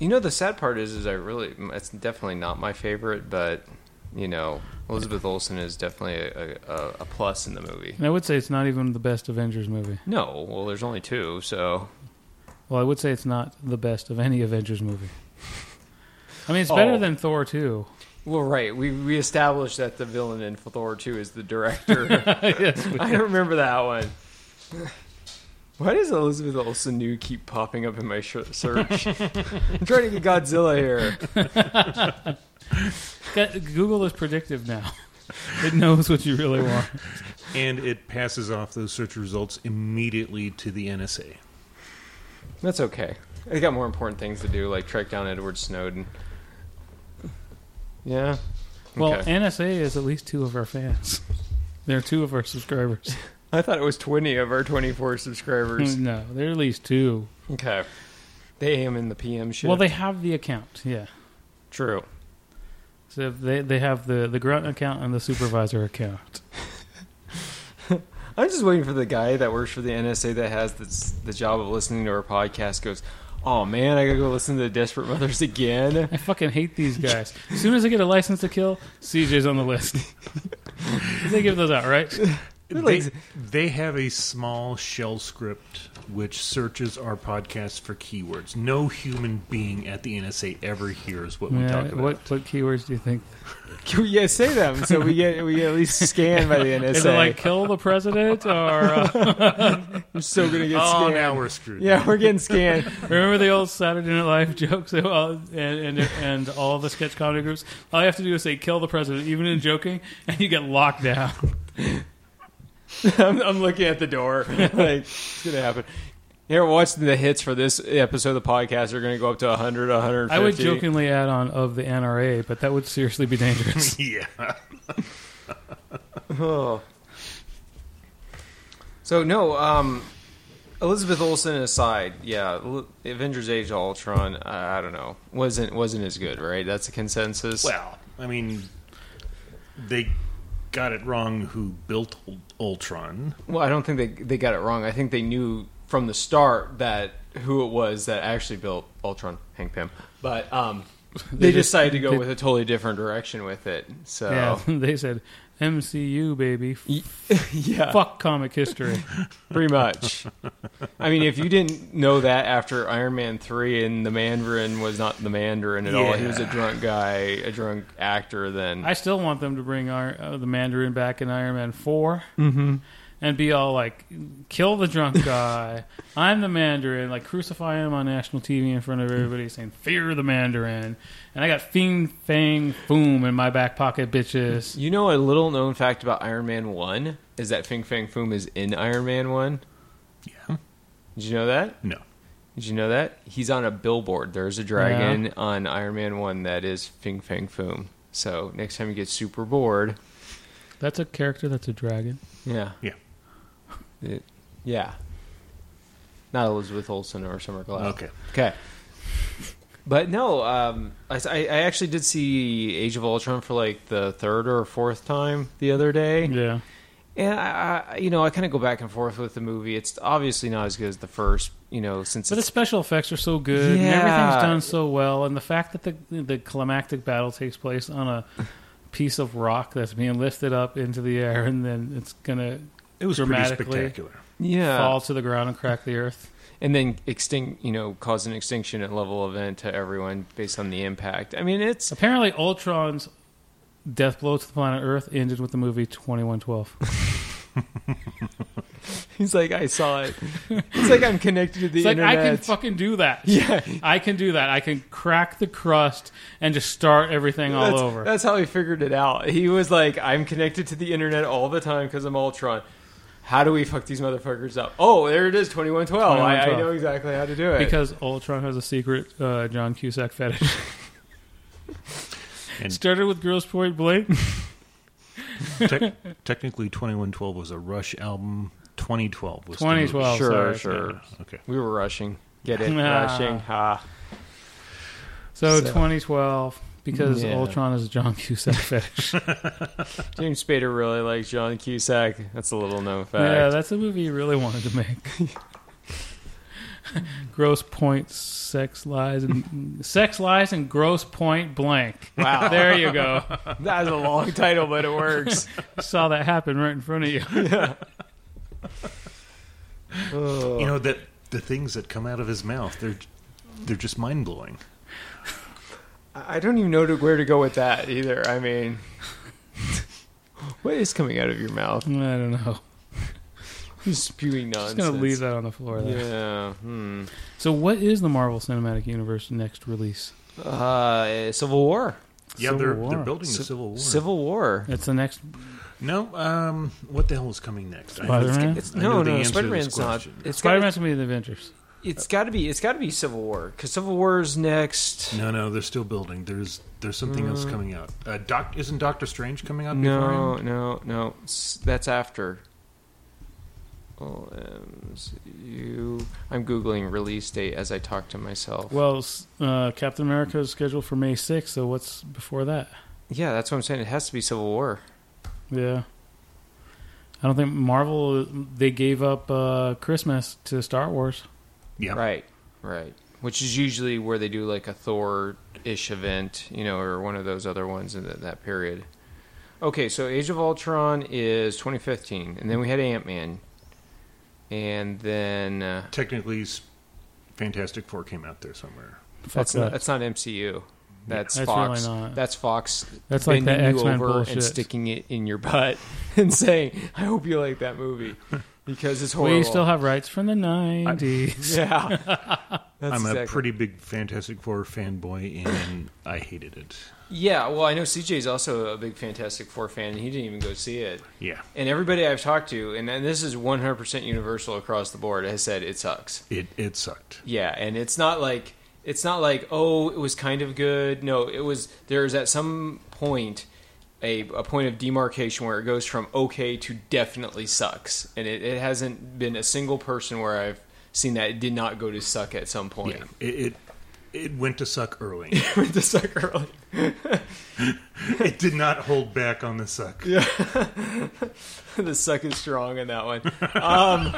[SPEAKER 4] You know, the sad part is, is I really, it's definitely not my favorite, but you know, Elizabeth Olsen is definitely a, a, a plus in the movie.
[SPEAKER 2] And I would say it's not even the best Avengers movie.
[SPEAKER 4] No, well, there's only two, so
[SPEAKER 2] Well, I would say it's not the best of any Avengers movie. I mean, it's better
[SPEAKER 4] Oh.
[SPEAKER 2] than Thor 2.
[SPEAKER 4] [LAUGHS] well, right. We we established that the villain in Thor two is the director. [LAUGHS] I don't remember that one. [LAUGHS] Why does Elizabeth Olsen new keep popping up in my sh- [LAUGHS] search? I'm trying to get Godzilla here.
[SPEAKER 2] Got- Google is predictive now. [LAUGHS] It knows what you really want.
[SPEAKER 3] And it passes off those search results immediately to the NSA.
[SPEAKER 4] That's okay. I got more important things to do, like track down Edward Snowden. Yeah.
[SPEAKER 2] Well,
[SPEAKER 4] Okay.
[SPEAKER 2] NSA is at least two of our fans. They're two of our subscribers.
[SPEAKER 4] I thought it was 20 of our 24 subscribers.
[SPEAKER 2] [LAUGHS] no, they're at least two.
[SPEAKER 4] okay. The AM and the PM shit.
[SPEAKER 2] Hmm. Well, they have the account, yeah.
[SPEAKER 4] True.
[SPEAKER 2] So they they have the the grunt account and the supervisor account.
[SPEAKER 4] I'm just waiting for the guy that works for the NSA that has this, the job of listening to our podcast goes, oh man, I gotta go listen to the Desperate Mothers again.
[SPEAKER 2] [LAUGHS] I fucking hate these guys. As soon as I get a license to kill, CJ's on the list. [LAUGHS] they give those out, right?
[SPEAKER 3] They, they have a small shell script which searches our podcast for keywords. No human being at the NSA ever hears what we
[SPEAKER 2] Yeah,
[SPEAKER 3] talk about.
[SPEAKER 2] what what keywords do you think?
[SPEAKER 4] yeah, say them so we get we get at least scanned by the NSA.
[SPEAKER 2] [LAUGHS] Is it like kill the president or uh,
[SPEAKER 4] I'm still gonna get
[SPEAKER 3] Oh,
[SPEAKER 4] scanned.
[SPEAKER 3] now we're screwed.
[SPEAKER 4] yeah, we're getting scanned. [LAUGHS]
[SPEAKER 2] remember the old Saturday Night Live jokes and, and and all the sketch comedy groups? All you have to do is say kill the president, even in joking, and you get locked down.
[SPEAKER 4] I'm, I'm looking at the door. [LAUGHS] Like it's gonna happen. Here, watching the hits for this episode of the podcast are gonna go up to 100, 150.
[SPEAKER 2] I would jokingly add on of the NRA, but that would seriously be dangerous.
[SPEAKER 3] [LAUGHS] Yeah.
[SPEAKER 4] Oh. So no, um, Elizabeth Olsen aside, yeah, L- Avengers: Age of Ultron. I, I don't know, wasn't wasn't as good, right? That's a consensus.
[SPEAKER 3] Well, I mean, they got it wrong who built Ul- Ultron.
[SPEAKER 4] Well, I don't think they they got it wrong. I think they knew from the start that who it was that actually built Ultron, Hank Pym. But um, they,
[SPEAKER 2] [LAUGHS] They just-
[SPEAKER 4] decided to go
[SPEAKER 2] they-
[SPEAKER 4] with a totally different direction with it. So
[SPEAKER 2] Yeah, [LAUGHS] they said MCU baby, F-
[SPEAKER 4] Y- [LAUGHS] yeah,
[SPEAKER 2] fuck comic history.
[SPEAKER 4] pretty much. I mean, if you didn't know that after Iron Man three and the Mandarin was not the Mandarin at all, he was a
[SPEAKER 3] Yeah.
[SPEAKER 4] drunk guy, a drunk actor. Then
[SPEAKER 2] I still want them to bring our, uh, the Mandarin back in Iron Man 4 mm-hmm. and be all like, kill the drunk guy. I'm the Mandarin. Like, crucify him on national TV in front of everybody saying, fear the Mandarin. And I got Fiend Fang Foom in my back pocket, bitches.
[SPEAKER 4] you know a little known fact about Iron Man one is that Fing Fang Foom is in Iron Man one.
[SPEAKER 3] Yeah.
[SPEAKER 4] Did you know that?
[SPEAKER 3] No.
[SPEAKER 4] Did you know that he's on a billboard? There's a dragon on Iron Man One that is Fing Fang Foom. So next time you get super bored,
[SPEAKER 2] That's a character that's a dragon.
[SPEAKER 4] yeah,
[SPEAKER 3] Yeah.
[SPEAKER 4] it- Yeah. Not Elizabeth Olsen or Summer Glau.
[SPEAKER 3] Okay.
[SPEAKER 4] Okay. But no, um, I, I actually did see Age of Ultron for like the third or fourth time the other day.
[SPEAKER 2] Yeah.
[SPEAKER 4] And I, I, you know, I kind of go back and forth with the movie. It's obviously not as good as the first, you know, since
[SPEAKER 2] But the
[SPEAKER 4] it's,
[SPEAKER 2] special effects are so good, and
[SPEAKER 4] Yeah.
[SPEAKER 2] everything's done so well, and the fact that the the climactic battle takes place on a piece of rock that's being lifted up into the air, and then it's gonna
[SPEAKER 3] It was pretty
[SPEAKER 2] dramatically
[SPEAKER 3] spectacular.
[SPEAKER 4] yeah,
[SPEAKER 2] fall to the ground and crack the earth.
[SPEAKER 4] and then extinct, you know, cause an extinction at level event to everyone based on the impact. I mean, it's
[SPEAKER 2] Apparently, Ultron's death blow to the planet Earth ended with the movie Twenty One
[SPEAKER 4] [LAUGHS]
[SPEAKER 2] Twelve.
[SPEAKER 4] he's like I saw it. It's like I'm
[SPEAKER 2] [LAUGHS]
[SPEAKER 4] connected to the
[SPEAKER 2] It's like
[SPEAKER 4] internet.
[SPEAKER 2] I can fucking do that.
[SPEAKER 4] yeah,
[SPEAKER 2] I can do that. I can crack the crust and just start everything all
[SPEAKER 4] that's,
[SPEAKER 2] over.
[SPEAKER 4] That's how he figured it out. He was like, I'm connected to the internet all the time because I'm Ultron. How do we fuck these motherfuckers up? Oh, there it is, 2112. I, I
[SPEAKER 2] 2112.
[SPEAKER 4] know exactly how to do it.
[SPEAKER 2] because Ultron has a secret uh, John Cusack fetish.
[SPEAKER 4] [LAUGHS]
[SPEAKER 3] And-
[SPEAKER 2] Started with Girls Point Blank.
[SPEAKER 3] Tec- technically, 2112 was a Rush album. 2012 was the movie.
[SPEAKER 2] 2012.
[SPEAKER 4] Sure,
[SPEAKER 2] sorry.
[SPEAKER 4] sure.
[SPEAKER 3] Okay.
[SPEAKER 4] we were rushing.
[SPEAKER 2] [LAUGHS]
[SPEAKER 4] Get it?
[SPEAKER 2] Ah.
[SPEAKER 4] Rushing. Ha.
[SPEAKER 2] So,
[SPEAKER 4] So-
[SPEAKER 2] 2012 because
[SPEAKER 4] Yeah.
[SPEAKER 2] Ultron is a John
[SPEAKER 4] [LAUGHS]
[SPEAKER 2] Cusack fetish.
[SPEAKER 4] James Spader really likes John Cusack. That's a little known fact.
[SPEAKER 2] yeah, that's a movie you really wanted to make. [LAUGHS] gross point, sex lies, and sex lies and gross point blank. [LAUGHS]
[SPEAKER 4] Wow.
[SPEAKER 2] There you go.
[SPEAKER 4] [LAUGHS] that is a long title, but
[SPEAKER 2] [LAUGHS]
[SPEAKER 4] it works.
[SPEAKER 2] Saw that happen right in front of you. [LAUGHS]
[SPEAKER 3] You know that the things that come out of his mouth, they're they're just mind blowing.
[SPEAKER 4] I I don't even know to, where to go with that either. I mean, [LAUGHS] what is coming out of your mouth?
[SPEAKER 2] I don't know.
[SPEAKER 4] You're spewing nonsense.
[SPEAKER 2] Just gonna leave that on the floor. There.
[SPEAKER 4] Yeah. Hmm.
[SPEAKER 2] So, what is the Marvel Cinematic Universe next release?
[SPEAKER 4] Uh, Civil War.
[SPEAKER 3] Yeah,
[SPEAKER 2] Civil
[SPEAKER 3] they're
[SPEAKER 2] War.
[SPEAKER 3] they're building the
[SPEAKER 4] Ci-
[SPEAKER 3] Civil War.
[SPEAKER 4] Civil War.
[SPEAKER 2] It's the next.
[SPEAKER 3] No, um, what the hell is coming next? I-
[SPEAKER 2] Spider-Man?
[SPEAKER 4] It's,
[SPEAKER 3] I know
[SPEAKER 4] no,
[SPEAKER 3] the
[SPEAKER 4] no,
[SPEAKER 3] answer to
[SPEAKER 4] Spider Man's
[SPEAKER 3] this
[SPEAKER 4] not.
[SPEAKER 3] question.
[SPEAKER 4] It's
[SPEAKER 2] Spider
[SPEAKER 4] got.
[SPEAKER 2] Man's gonna be in the Avengers.
[SPEAKER 4] It's got to be. It's got to be Civil War because Civil War's next.
[SPEAKER 3] No, no, they're still building. There's there's something else coming out. Uh, Doc, isn't Doctor Strange coming out?
[SPEAKER 4] Mm. No,
[SPEAKER 3] beforehand?
[SPEAKER 4] no, no. S- That's after. um, LMCU. I'm googling release date as I talk to myself.
[SPEAKER 2] Well, s- uh, Captain America is scheduled for May 6th, so what's before that?
[SPEAKER 4] yeah, that's what I'm saying. It has to be Civil War.
[SPEAKER 2] Yeah. I don't think Marvel, they gave up uh, Christmas to Star Wars.
[SPEAKER 3] yeah,
[SPEAKER 4] Right, right. Which is usually where they do like a Thor ish event, you know, or one of those other ones in that that period. Okay, so Age of Ultron is 2015, and then we had Ant Man, and then uh,
[SPEAKER 3] Technically, s- Fantastic Four came out there somewhere.
[SPEAKER 2] Fuck
[SPEAKER 4] that's
[SPEAKER 2] that.
[SPEAKER 4] not, that's not MCU. That's,
[SPEAKER 2] That's
[SPEAKER 4] Fox.
[SPEAKER 2] really not.
[SPEAKER 4] That's Fox.
[SPEAKER 2] That's like
[SPEAKER 4] bending
[SPEAKER 2] that
[SPEAKER 4] you
[SPEAKER 2] X-Men
[SPEAKER 4] over
[SPEAKER 2] bullshit.
[SPEAKER 4] and sticking it in your butt [LAUGHS] and saying, "I hope you like that movie because it's horrible."
[SPEAKER 2] we still have rights from the 90s. [LAUGHS]
[SPEAKER 4] [LAUGHS] yeah. That's
[SPEAKER 3] I'm
[SPEAKER 4] exactly-
[SPEAKER 3] a pretty big Fantastic Four fanboy, and I hated it.
[SPEAKER 4] Yeah, well, I know CJ's also a big Fantastic Four fan, and he didn't even go see it.
[SPEAKER 3] Yeah,
[SPEAKER 4] And everybody I've talked to, and, and this is 100% universal across the board, has said it sucks.
[SPEAKER 3] it it sucked.
[SPEAKER 4] Yeah, and it's not like it's not like oh, it was kind of good. No, it was there is at some point a, a point of demarcation where it goes from okay to definitely sucks, and it, it hasn't been a single person where I've seen that it did not go to suck at some point. [LAUGHS]
[SPEAKER 3] Yeah, it it, it went to suck early.
[SPEAKER 4] to suck early.
[SPEAKER 3] [LAUGHS] it did not hold back on the suck.
[SPEAKER 4] [LAUGHS] the suck is strong in that one. Um,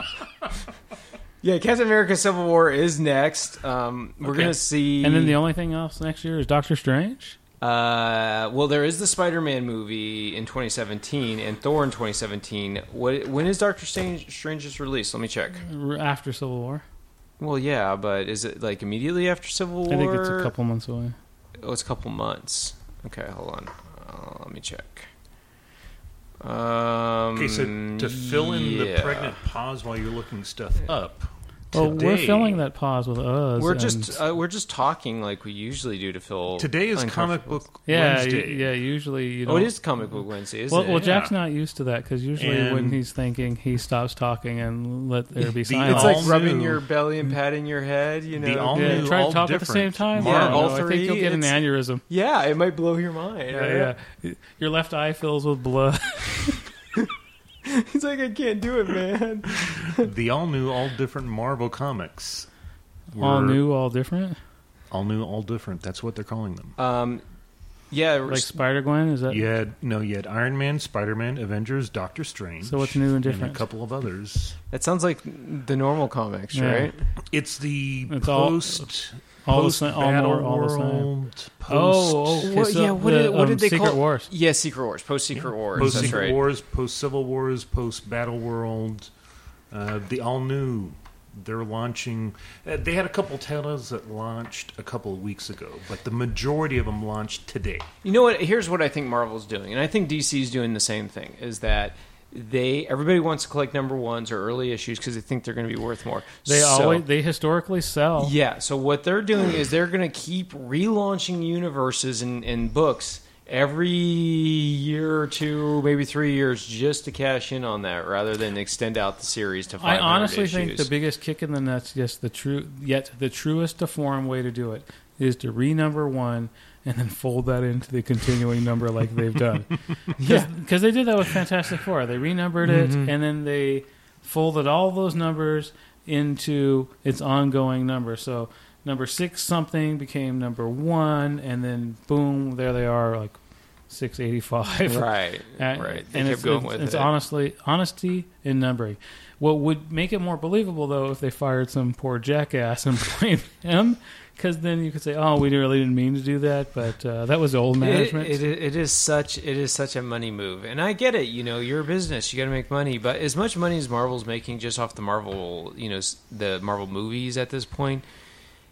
[SPEAKER 4] [LAUGHS] yeah, Captain America: Civil War is next. Um, we're
[SPEAKER 2] Okay.
[SPEAKER 4] gonna see,
[SPEAKER 2] And then the only thing else next year is Doctor Strange?
[SPEAKER 4] uh, well, there is the Spider-Man movie in 2017 and Thor in 2017. What? When is Doctor Strange, Strange's release? Let me check.
[SPEAKER 2] r- After Civil War.
[SPEAKER 4] Well, yeah, but is it like immediately after Civil War?
[SPEAKER 2] I think it's a couple months away.
[SPEAKER 4] Oh, it's a couple months. Okay, hold on. Uh, let me check. Um,
[SPEAKER 3] Okay, so to fill in the
[SPEAKER 4] yeah.
[SPEAKER 3] pregnant pause while you're looking stuff up.
[SPEAKER 2] Well, we're
[SPEAKER 3] today-
[SPEAKER 2] filling that pause with us.
[SPEAKER 4] We're
[SPEAKER 2] and-
[SPEAKER 4] just uh, we're just talking like we usually do to fill.
[SPEAKER 3] Today is comic
[SPEAKER 4] uncomfortable.
[SPEAKER 3] book
[SPEAKER 2] yeah,
[SPEAKER 3] Wednesday.
[SPEAKER 2] y- yeah, usually you
[SPEAKER 4] Oh,
[SPEAKER 2] don't
[SPEAKER 4] it is comic book Wednesday, isn't
[SPEAKER 2] Well,
[SPEAKER 4] it?
[SPEAKER 2] well, Jack's not used to that because usually when
[SPEAKER 3] And-
[SPEAKER 2] he's thinking, he stops talking and
[SPEAKER 4] [LAUGHS]
[SPEAKER 2] let there be
[SPEAKER 3] The-
[SPEAKER 2] silence.
[SPEAKER 4] it's
[SPEAKER 3] all
[SPEAKER 4] like rubbing
[SPEAKER 3] new.
[SPEAKER 4] your belly
[SPEAKER 2] Mm.
[SPEAKER 4] and patting your head. You know,
[SPEAKER 3] The all
[SPEAKER 2] yeah,
[SPEAKER 3] new,
[SPEAKER 2] try to
[SPEAKER 3] all
[SPEAKER 2] talk at the
[SPEAKER 3] different.
[SPEAKER 2] same time.
[SPEAKER 4] Yeah,
[SPEAKER 2] I don't know. I
[SPEAKER 4] all
[SPEAKER 2] think you'll
[SPEAKER 4] three,
[SPEAKER 2] get an
[SPEAKER 4] it's-
[SPEAKER 2] aneurysm.
[SPEAKER 4] yeah, [LAUGHS] it might blow your mind.
[SPEAKER 2] Yeah, yeah. Your left eye fills with blood.
[SPEAKER 4] He's like, I can't do it, man.
[SPEAKER 3] [LAUGHS] the all new, all different Marvel comics.
[SPEAKER 2] [LAUGHS] all
[SPEAKER 3] were-
[SPEAKER 2] new, all different.
[SPEAKER 3] all new, all different. That's what they're calling them.
[SPEAKER 4] Um, yeah,
[SPEAKER 2] Like
[SPEAKER 4] s-
[SPEAKER 2] Spider Gwen is that?
[SPEAKER 3] You had no, you had Iron Man, Spider Man, Avengers, Doctor Strange.
[SPEAKER 2] So what's new and different?
[SPEAKER 3] a couple of others.
[SPEAKER 4] that sounds like the normal comics,
[SPEAKER 2] Yeah.
[SPEAKER 4] right?
[SPEAKER 3] It's the
[SPEAKER 2] It's all-
[SPEAKER 3] post
[SPEAKER 2] all the
[SPEAKER 3] post
[SPEAKER 2] same. All more.
[SPEAKER 3] Battle
[SPEAKER 2] All the same.
[SPEAKER 3] World. Post,
[SPEAKER 2] Oh, okay,
[SPEAKER 4] Well,
[SPEAKER 2] so
[SPEAKER 4] yeah, what
[SPEAKER 2] the,
[SPEAKER 4] did- what
[SPEAKER 2] um,
[SPEAKER 4] did they
[SPEAKER 2] Secret
[SPEAKER 4] call-
[SPEAKER 2] Wars?
[SPEAKER 4] Yeah, Secret Wars, post Secret Wars.
[SPEAKER 3] post
[SPEAKER 4] that's
[SPEAKER 3] Secret
[SPEAKER 4] right.
[SPEAKER 3] Wars, post Civil Wars, post Battle World. Uh, the all new. They're launching. Uh, they had a couple titles that launched a couple of weeks ago, but the majority of them launched today.
[SPEAKER 4] You know what? Here's what I think Marvel's doing, and I think DC's doing the same thing. Is that they everybody wants to collect number ones or early issues because they think they're going to be worth more.
[SPEAKER 2] They
[SPEAKER 4] So-
[SPEAKER 2] always they historically sell.
[SPEAKER 4] Yeah, so what they're doing is they're going to keep relaunching universes and, and books every year or two, maybe three years, just to cash in on that, rather than extend out the series to.
[SPEAKER 2] I
[SPEAKER 4] 500
[SPEAKER 2] honestly think
[SPEAKER 4] issues.
[SPEAKER 2] the biggest kick in the nuts, yes, the true, yet the truest to form way to do it is to renumber one and then fold that into the continuing number like they've
[SPEAKER 4] [LAUGHS]
[SPEAKER 2] done.
[SPEAKER 4] Yeah. Mm-hmm.
[SPEAKER 2] because they did that with Fantastic Four. They renumbered it and then they folded all those numbers into its ongoing number. So number six something became number one, and then boom, there they are, like six eighty five.
[SPEAKER 4] right,
[SPEAKER 2] Uh,
[SPEAKER 4] right. They
[SPEAKER 2] and
[SPEAKER 4] kept
[SPEAKER 2] it's,
[SPEAKER 4] going
[SPEAKER 2] it's-
[SPEAKER 4] with
[SPEAKER 2] it's
[SPEAKER 4] it.
[SPEAKER 2] honestly honesty in numbering. What would make it more believable though if they fired some poor jackass and [LAUGHS] blamed him, because then you could say, "Oh, we really didn't mean to do that, but uh, that was old management."
[SPEAKER 4] It, it, it is such it is such a money move, and I get it. You know, you're a business; you got to make money. But as much money as Marvel's making just off the Marvel, you know, s- the Marvel movies at this point,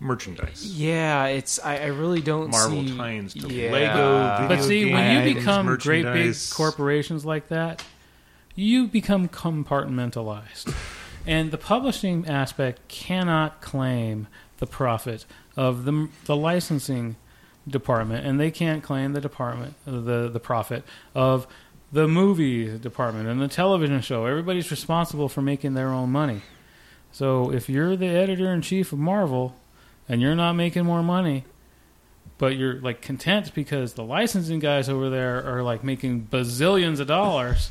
[SPEAKER 3] Merchandise.
[SPEAKER 4] yeah, it's I, I really don't
[SPEAKER 3] Marvel
[SPEAKER 4] see,
[SPEAKER 3] tie-ins to
[SPEAKER 4] yeah.
[SPEAKER 3] Lego, video
[SPEAKER 2] but see,
[SPEAKER 3] games,
[SPEAKER 2] when you become great big
[SPEAKER 3] merchandise.
[SPEAKER 2] corporations like that, you become compartmentalized, and the publishing aspect cannot claim the profit of the the licensing department, and they can't claim the department the the profit of the movie department and the television show. Everybody's responsible for making their own money. So if you're the editor in chief of Marvel and you're not making more money, but you're like content because the licensing guys over there are like making bazillions of dollars,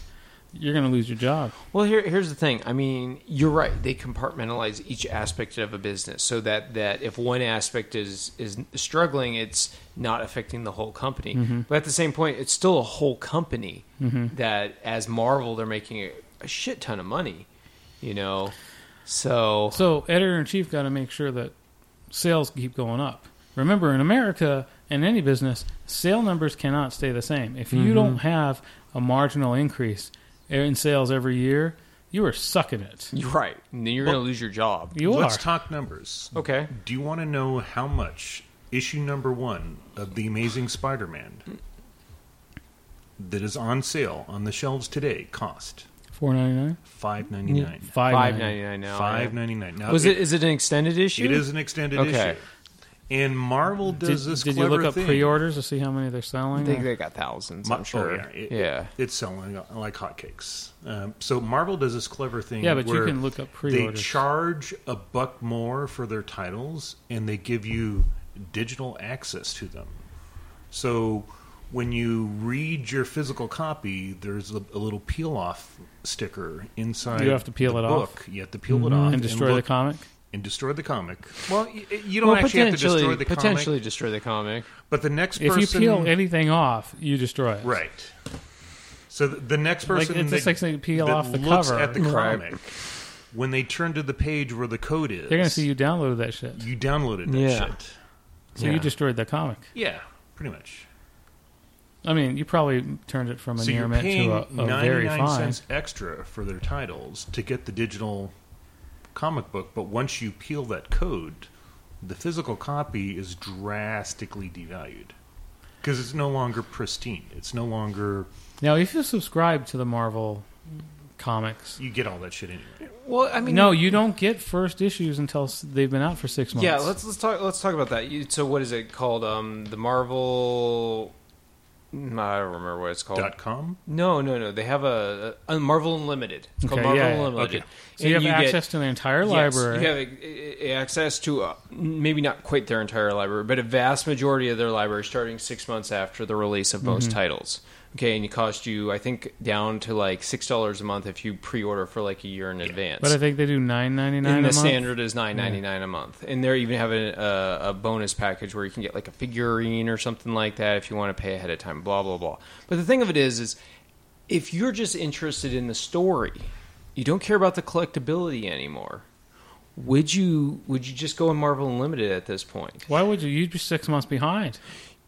[SPEAKER 2] you're gonna lose your job.
[SPEAKER 4] Well, here, here's the thing. I mean, you're right. They compartmentalize each aspect of a business so that, that if one aspect is is struggling, it's not affecting the whole company. But at the same point, it's still a whole company that, as Marvel, they're making a, a shit ton of money. You know, so
[SPEAKER 2] So editor in chief got to make sure that sales keep going up. Remember, in America and any business, sale numbers cannot stay the same. If you don't have a marginal increase in sales every year, you are sucking it.
[SPEAKER 4] you're right. And then You're going to lose your job.
[SPEAKER 2] You
[SPEAKER 3] Let's
[SPEAKER 2] are.
[SPEAKER 3] talk numbers.
[SPEAKER 4] Okay.
[SPEAKER 3] Do you want to know how much issue number one of The Amazing Spider Man that is on sale on the shelves today cost?
[SPEAKER 2] Four ninety nine.
[SPEAKER 3] Five ninety nine.
[SPEAKER 4] Five ninety nine now.
[SPEAKER 3] Five ninety nine. Now
[SPEAKER 4] Was it? Is it an extended issue?
[SPEAKER 3] it is an extended
[SPEAKER 4] Okay.
[SPEAKER 3] issue. And Marvel
[SPEAKER 2] Did,
[SPEAKER 3] does this
[SPEAKER 2] did you
[SPEAKER 3] clever
[SPEAKER 2] look up
[SPEAKER 3] thing.
[SPEAKER 2] pre-orders to see how many they're
[SPEAKER 4] I
[SPEAKER 2] selling?
[SPEAKER 4] think
[SPEAKER 2] Or-
[SPEAKER 4] they got thousands.
[SPEAKER 3] Ma-
[SPEAKER 4] I'm sure.
[SPEAKER 3] oh, yeah, it-
[SPEAKER 4] yeah.
[SPEAKER 3] it's selling uh, like hotcakes. Um, so Marvel does this clever thing.
[SPEAKER 2] Yeah, but you
[SPEAKER 3] where
[SPEAKER 2] can look up
[SPEAKER 3] They
[SPEAKER 2] pre-orders.
[SPEAKER 3] charge a buck more for their titles, and they give you digital access to them. So when you read your physical copy, there's a, a little peel off sticker inside.
[SPEAKER 2] You have to peel
[SPEAKER 3] the
[SPEAKER 2] it off?
[SPEAKER 3] book. You have to peel it off
[SPEAKER 2] Mm-hmm. and destroy the
[SPEAKER 3] look-
[SPEAKER 2] comic.
[SPEAKER 3] And destroy the comic. Well, y- y- you don't
[SPEAKER 4] Well,
[SPEAKER 3] actually have to
[SPEAKER 4] potentially,
[SPEAKER 3] destroy the
[SPEAKER 4] potentially
[SPEAKER 3] comic,
[SPEAKER 4] destroy the comic.
[SPEAKER 3] but the next
[SPEAKER 2] If
[SPEAKER 3] person
[SPEAKER 2] you peel anything off, you destroy it.
[SPEAKER 3] Right. So th- the next
[SPEAKER 2] Like,
[SPEAKER 3] person
[SPEAKER 2] it's
[SPEAKER 3] that,
[SPEAKER 2] just like saying peel
[SPEAKER 3] that
[SPEAKER 2] off the
[SPEAKER 3] looks
[SPEAKER 2] cover.
[SPEAKER 3] at the
[SPEAKER 4] Right.
[SPEAKER 3] comic, when they turn to the page where the code is,
[SPEAKER 2] They're gonna see you downloaded that shit.
[SPEAKER 3] You downloaded that
[SPEAKER 4] Yeah.
[SPEAKER 3] shit.
[SPEAKER 2] So
[SPEAKER 4] Yeah.
[SPEAKER 2] you destroyed that comic.
[SPEAKER 3] Yeah, pretty much.
[SPEAKER 2] I mean, you probably turned it from a
[SPEAKER 3] So
[SPEAKER 2] near
[SPEAKER 3] you're
[SPEAKER 2] mint
[SPEAKER 3] paying
[SPEAKER 2] to a, a very
[SPEAKER 3] 99
[SPEAKER 2] fine.
[SPEAKER 3] cents extra for their titles to get the digital comic book, but once you peel that code, the physical copy is drastically devalued because it's no longer pristine. It's no longer
[SPEAKER 2] Now, if you subscribe to the Marvel comics,
[SPEAKER 3] you get all that shit anyway.
[SPEAKER 4] Well, I mean,
[SPEAKER 2] no, you don't get first issues until s- they've been out for six months.
[SPEAKER 4] Yeah, let's let's talk let's talk about that. You, so what is it called? Um, the Marvel. mm, I don't remember what it's called.
[SPEAKER 3] Dot com.
[SPEAKER 4] No, no, no. They have a, a Marvel Unlimited. It's called
[SPEAKER 2] Okay,
[SPEAKER 4] Marvel
[SPEAKER 2] yeah, yeah.
[SPEAKER 4] Unlimited.
[SPEAKER 3] Okay.
[SPEAKER 2] so you have
[SPEAKER 4] And get-
[SPEAKER 2] access to the entire
[SPEAKER 4] yes,
[SPEAKER 2] library.
[SPEAKER 4] you have a, a- access to uh, maybe not quite
[SPEAKER 2] Mm-hmm.
[SPEAKER 4] their entire library, but a vast majority of their library starting six months after the release of most titles. Okay, and it cost you, I think, down to like six dollars a month if you pre-order for like a year in advance.
[SPEAKER 2] But I think they do nine ninety nine.
[SPEAKER 4] and the standard is nine ninety nine a month, and they're even having a, a bonus package where you can get like a figurine or something like that if you want to pay ahead of time. Blah blah blah. But the thing of it is, is if you're just interested in the story, you don't care about the collectability anymore. Would you would you just go in Marvel Unlimited at this point?
[SPEAKER 2] Why would you? You'd be six months behind.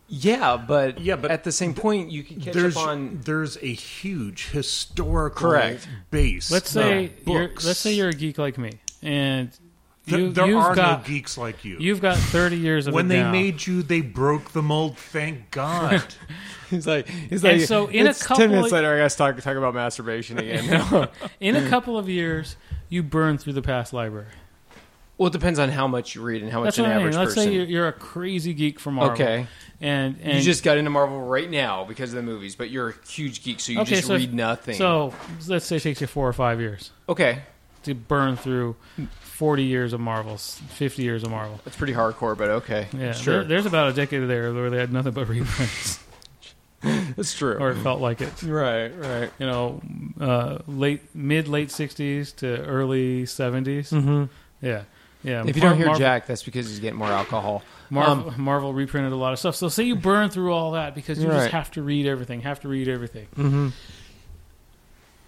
[SPEAKER 4] Yeah, but
[SPEAKER 3] Yeah, but
[SPEAKER 4] at the same point, you could catch
[SPEAKER 3] there's [LAUGHS]
[SPEAKER 4] up on.
[SPEAKER 3] there's a huge historical
[SPEAKER 4] Correct.
[SPEAKER 3] base.
[SPEAKER 2] Let's
[SPEAKER 3] of
[SPEAKER 2] say you're,
[SPEAKER 3] books.
[SPEAKER 2] let's say you're a geek like me, and
[SPEAKER 3] Th-
[SPEAKER 2] you,
[SPEAKER 3] there
[SPEAKER 2] you've
[SPEAKER 3] are
[SPEAKER 2] got
[SPEAKER 3] no geeks like you.
[SPEAKER 2] you've got thirty years of
[SPEAKER 3] when
[SPEAKER 2] it
[SPEAKER 3] they
[SPEAKER 2] now.
[SPEAKER 3] made you, they broke the mold. Thank God.
[SPEAKER 2] [LAUGHS]
[SPEAKER 4] He's like, he's
[SPEAKER 2] And like, so in a it's 10 couple- minutes later,
[SPEAKER 4] I gotta talk talk about masturbation again.
[SPEAKER 2] in
[SPEAKER 4] Hmm.
[SPEAKER 2] a couple of years, you burn through the past library.
[SPEAKER 4] [LAUGHS] well, it depends on how much you read and how
[SPEAKER 2] That's
[SPEAKER 4] much an
[SPEAKER 2] what I mean.
[SPEAKER 4] average
[SPEAKER 2] Let's
[SPEAKER 4] person.
[SPEAKER 2] say you're, you're a crazy geek for Marvel.
[SPEAKER 4] Okay.
[SPEAKER 2] and and
[SPEAKER 4] you just got into Marvel right now because of the movies, but you're a huge geek, so you
[SPEAKER 2] okay,
[SPEAKER 4] just
[SPEAKER 2] so
[SPEAKER 4] read nothing.
[SPEAKER 2] So let's say it takes you four or five years
[SPEAKER 4] okay,
[SPEAKER 2] to burn through forty years of Marvel, fifty years of Marvel.
[SPEAKER 4] that's pretty hardcore, but okay,
[SPEAKER 2] Yeah,
[SPEAKER 4] sure,
[SPEAKER 2] there- there's about a decade there where they had nothing but reprints,
[SPEAKER 4] that's true.
[SPEAKER 2] or it felt like it.
[SPEAKER 4] right, right.
[SPEAKER 2] you know, uh, late mid late sixties to early 70s Yeah, yeah.
[SPEAKER 4] Mm-hmm. If you don't hear
[SPEAKER 2] Mar-
[SPEAKER 4] Jack, that's because he's getting more alcohol.
[SPEAKER 2] Mar-
[SPEAKER 4] um,
[SPEAKER 2] Marvel reprinted a lot of stuff. So say you burn through all that because you
[SPEAKER 4] Right.
[SPEAKER 2] just have to read everything, have to read everything. Mm-hmm.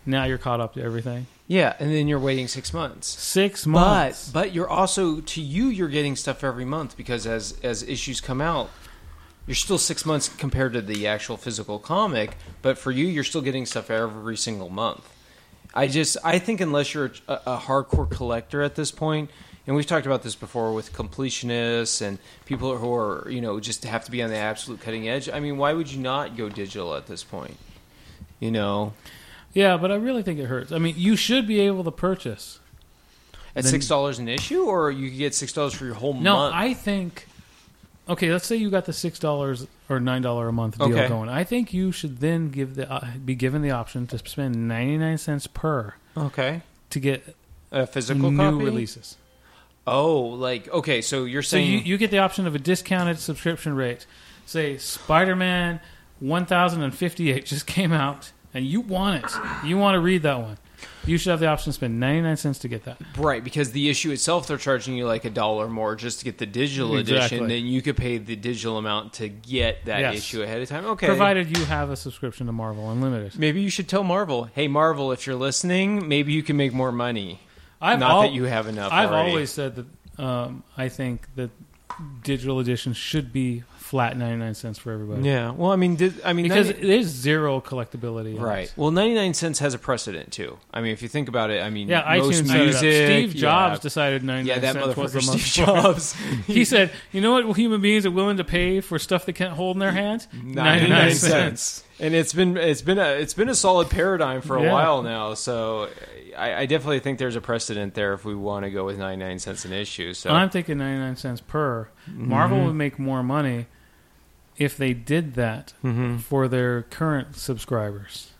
[SPEAKER 2] Now you're caught up to everything.
[SPEAKER 4] yeah, and then you're waiting six months.
[SPEAKER 2] Six
[SPEAKER 4] But
[SPEAKER 2] months.
[SPEAKER 4] but you're also to you you're getting stuff every month because as as issues come out, you're still six months compared to the actual physical comic. But for you, you're still getting stuff every single month. I just I think unless you're a, a hardcore collector at this point, and we've talked about this before with completionists and people who are you know just have to be on the absolute cutting edge. I mean, why would you not go digital at this point? You know,
[SPEAKER 2] yeah, but I really think it hurts. I mean, you should be able to purchase.
[SPEAKER 4] at
[SPEAKER 2] Then-
[SPEAKER 4] six dollars an issue, or you could get six dollars for your whole
[SPEAKER 2] No,
[SPEAKER 4] month.
[SPEAKER 2] I think. Okay, let's say you got the six dollars or nine dollar a month deal
[SPEAKER 4] Okay.
[SPEAKER 2] going. I think you should then give the uh, be given the option to spend ninety nine cents per
[SPEAKER 4] okay.
[SPEAKER 2] to get
[SPEAKER 4] A physical
[SPEAKER 2] new
[SPEAKER 4] copy?
[SPEAKER 2] releases.
[SPEAKER 4] Oh, like okay, so you're
[SPEAKER 2] So you,
[SPEAKER 4] saying
[SPEAKER 2] you get the option of a discounted subscription rate. Say Spider Man one thousand and fifty eight just [LAUGHS] came out and you want it. You want to read that one. You should have the option to spend ninety nine cents to get that.
[SPEAKER 4] right because the issue itself they're charging you like a dollar more just to get the digital
[SPEAKER 2] Exactly.
[SPEAKER 4] edition, then you could pay the digital amount to get that
[SPEAKER 2] Yes.
[SPEAKER 4] issue ahead of time. Okay.
[SPEAKER 2] Provided you have a subscription to Marvel Unlimited.
[SPEAKER 4] maybe you should tell Marvel, "Hey Marvel, if you're listening, maybe you can make more money."
[SPEAKER 2] I've
[SPEAKER 4] Not
[SPEAKER 2] al-
[SPEAKER 4] that you have enough
[SPEAKER 2] I've
[SPEAKER 4] already.
[SPEAKER 2] always said that um, I think that digital editions should be flat ninety nine cents for everybody.
[SPEAKER 4] Yeah. Well, I mean, did, I mean
[SPEAKER 2] Because
[SPEAKER 4] 90
[SPEAKER 2] there's zero collectability. on
[SPEAKER 4] right.
[SPEAKER 2] it.
[SPEAKER 4] Well, 99 cents has a precedent too. I mean, if you think about it, I mean,
[SPEAKER 2] Yeah,
[SPEAKER 4] most
[SPEAKER 2] iTunes set it up.
[SPEAKER 4] music,
[SPEAKER 2] Steve
[SPEAKER 4] yeah.
[SPEAKER 2] Jobs decided 99
[SPEAKER 4] Yeah, that
[SPEAKER 2] cents was the
[SPEAKER 4] motherfucker
[SPEAKER 2] most [LAUGHS]
[SPEAKER 4] Steve Jobs.
[SPEAKER 2] He said, "You know what? Human beings are willing to pay for stuff they can't hold in their hands. Ninety-nine cents.
[SPEAKER 4] And it's been it's been a it's been a solid paradigm for a
[SPEAKER 2] Yeah.
[SPEAKER 4] while now. So I, I definitely think there's a precedent there if we want to go with 99 cents an issue. So
[SPEAKER 2] I'm thinking ninety-nine cents per.
[SPEAKER 4] Mm-hmm.
[SPEAKER 2] Marvel would make more money if they did that
[SPEAKER 4] Mm-hmm.
[SPEAKER 2] for their current subscribers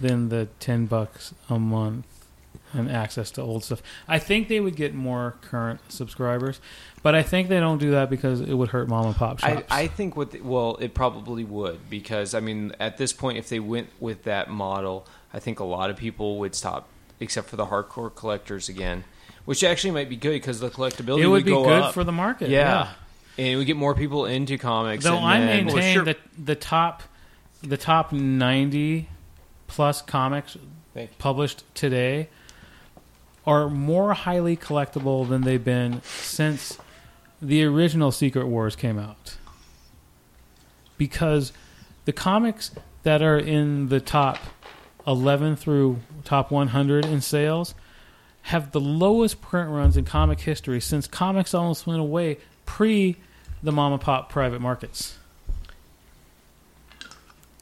[SPEAKER 2] than the ten bucks a month." And access to old stuff. I think they would get more current subscribers, but I think they don't do that because it would hurt mom and pop shops.
[SPEAKER 4] I, I think what the, well it probably would because I mean at this point if they went with that model I think a lot of people would stop except for the hardcore collectors again, which actually might be good because the collectability
[SPEAKER 2] it would be
[SPEAKER 4] go
[SPEAKER 2] good
[SPEAKER 4] up.
[SPEAKER 2] for the market.
[SPEAKER 4] yeah. And we get more people into comics.
[SPEAKER 2] Though
[SPEAKER 4] and
[SPEAKER 2] I
[SPEAKER 4] then-
[SPEAKER 2] maintain
[SPEAKER 3] sure.
[SPEAKER 2] that the top, the top ninety plus comics
[SPEAKER 4] Thank you.
[SPEAKER 2] published today are more highly collectible than they've been since the original Secret Wars came out. Because the comics that are in the top eleven through top one hundred in sales have the lowest print runs in comic history since comics almost went away pre the mom and pop private markets.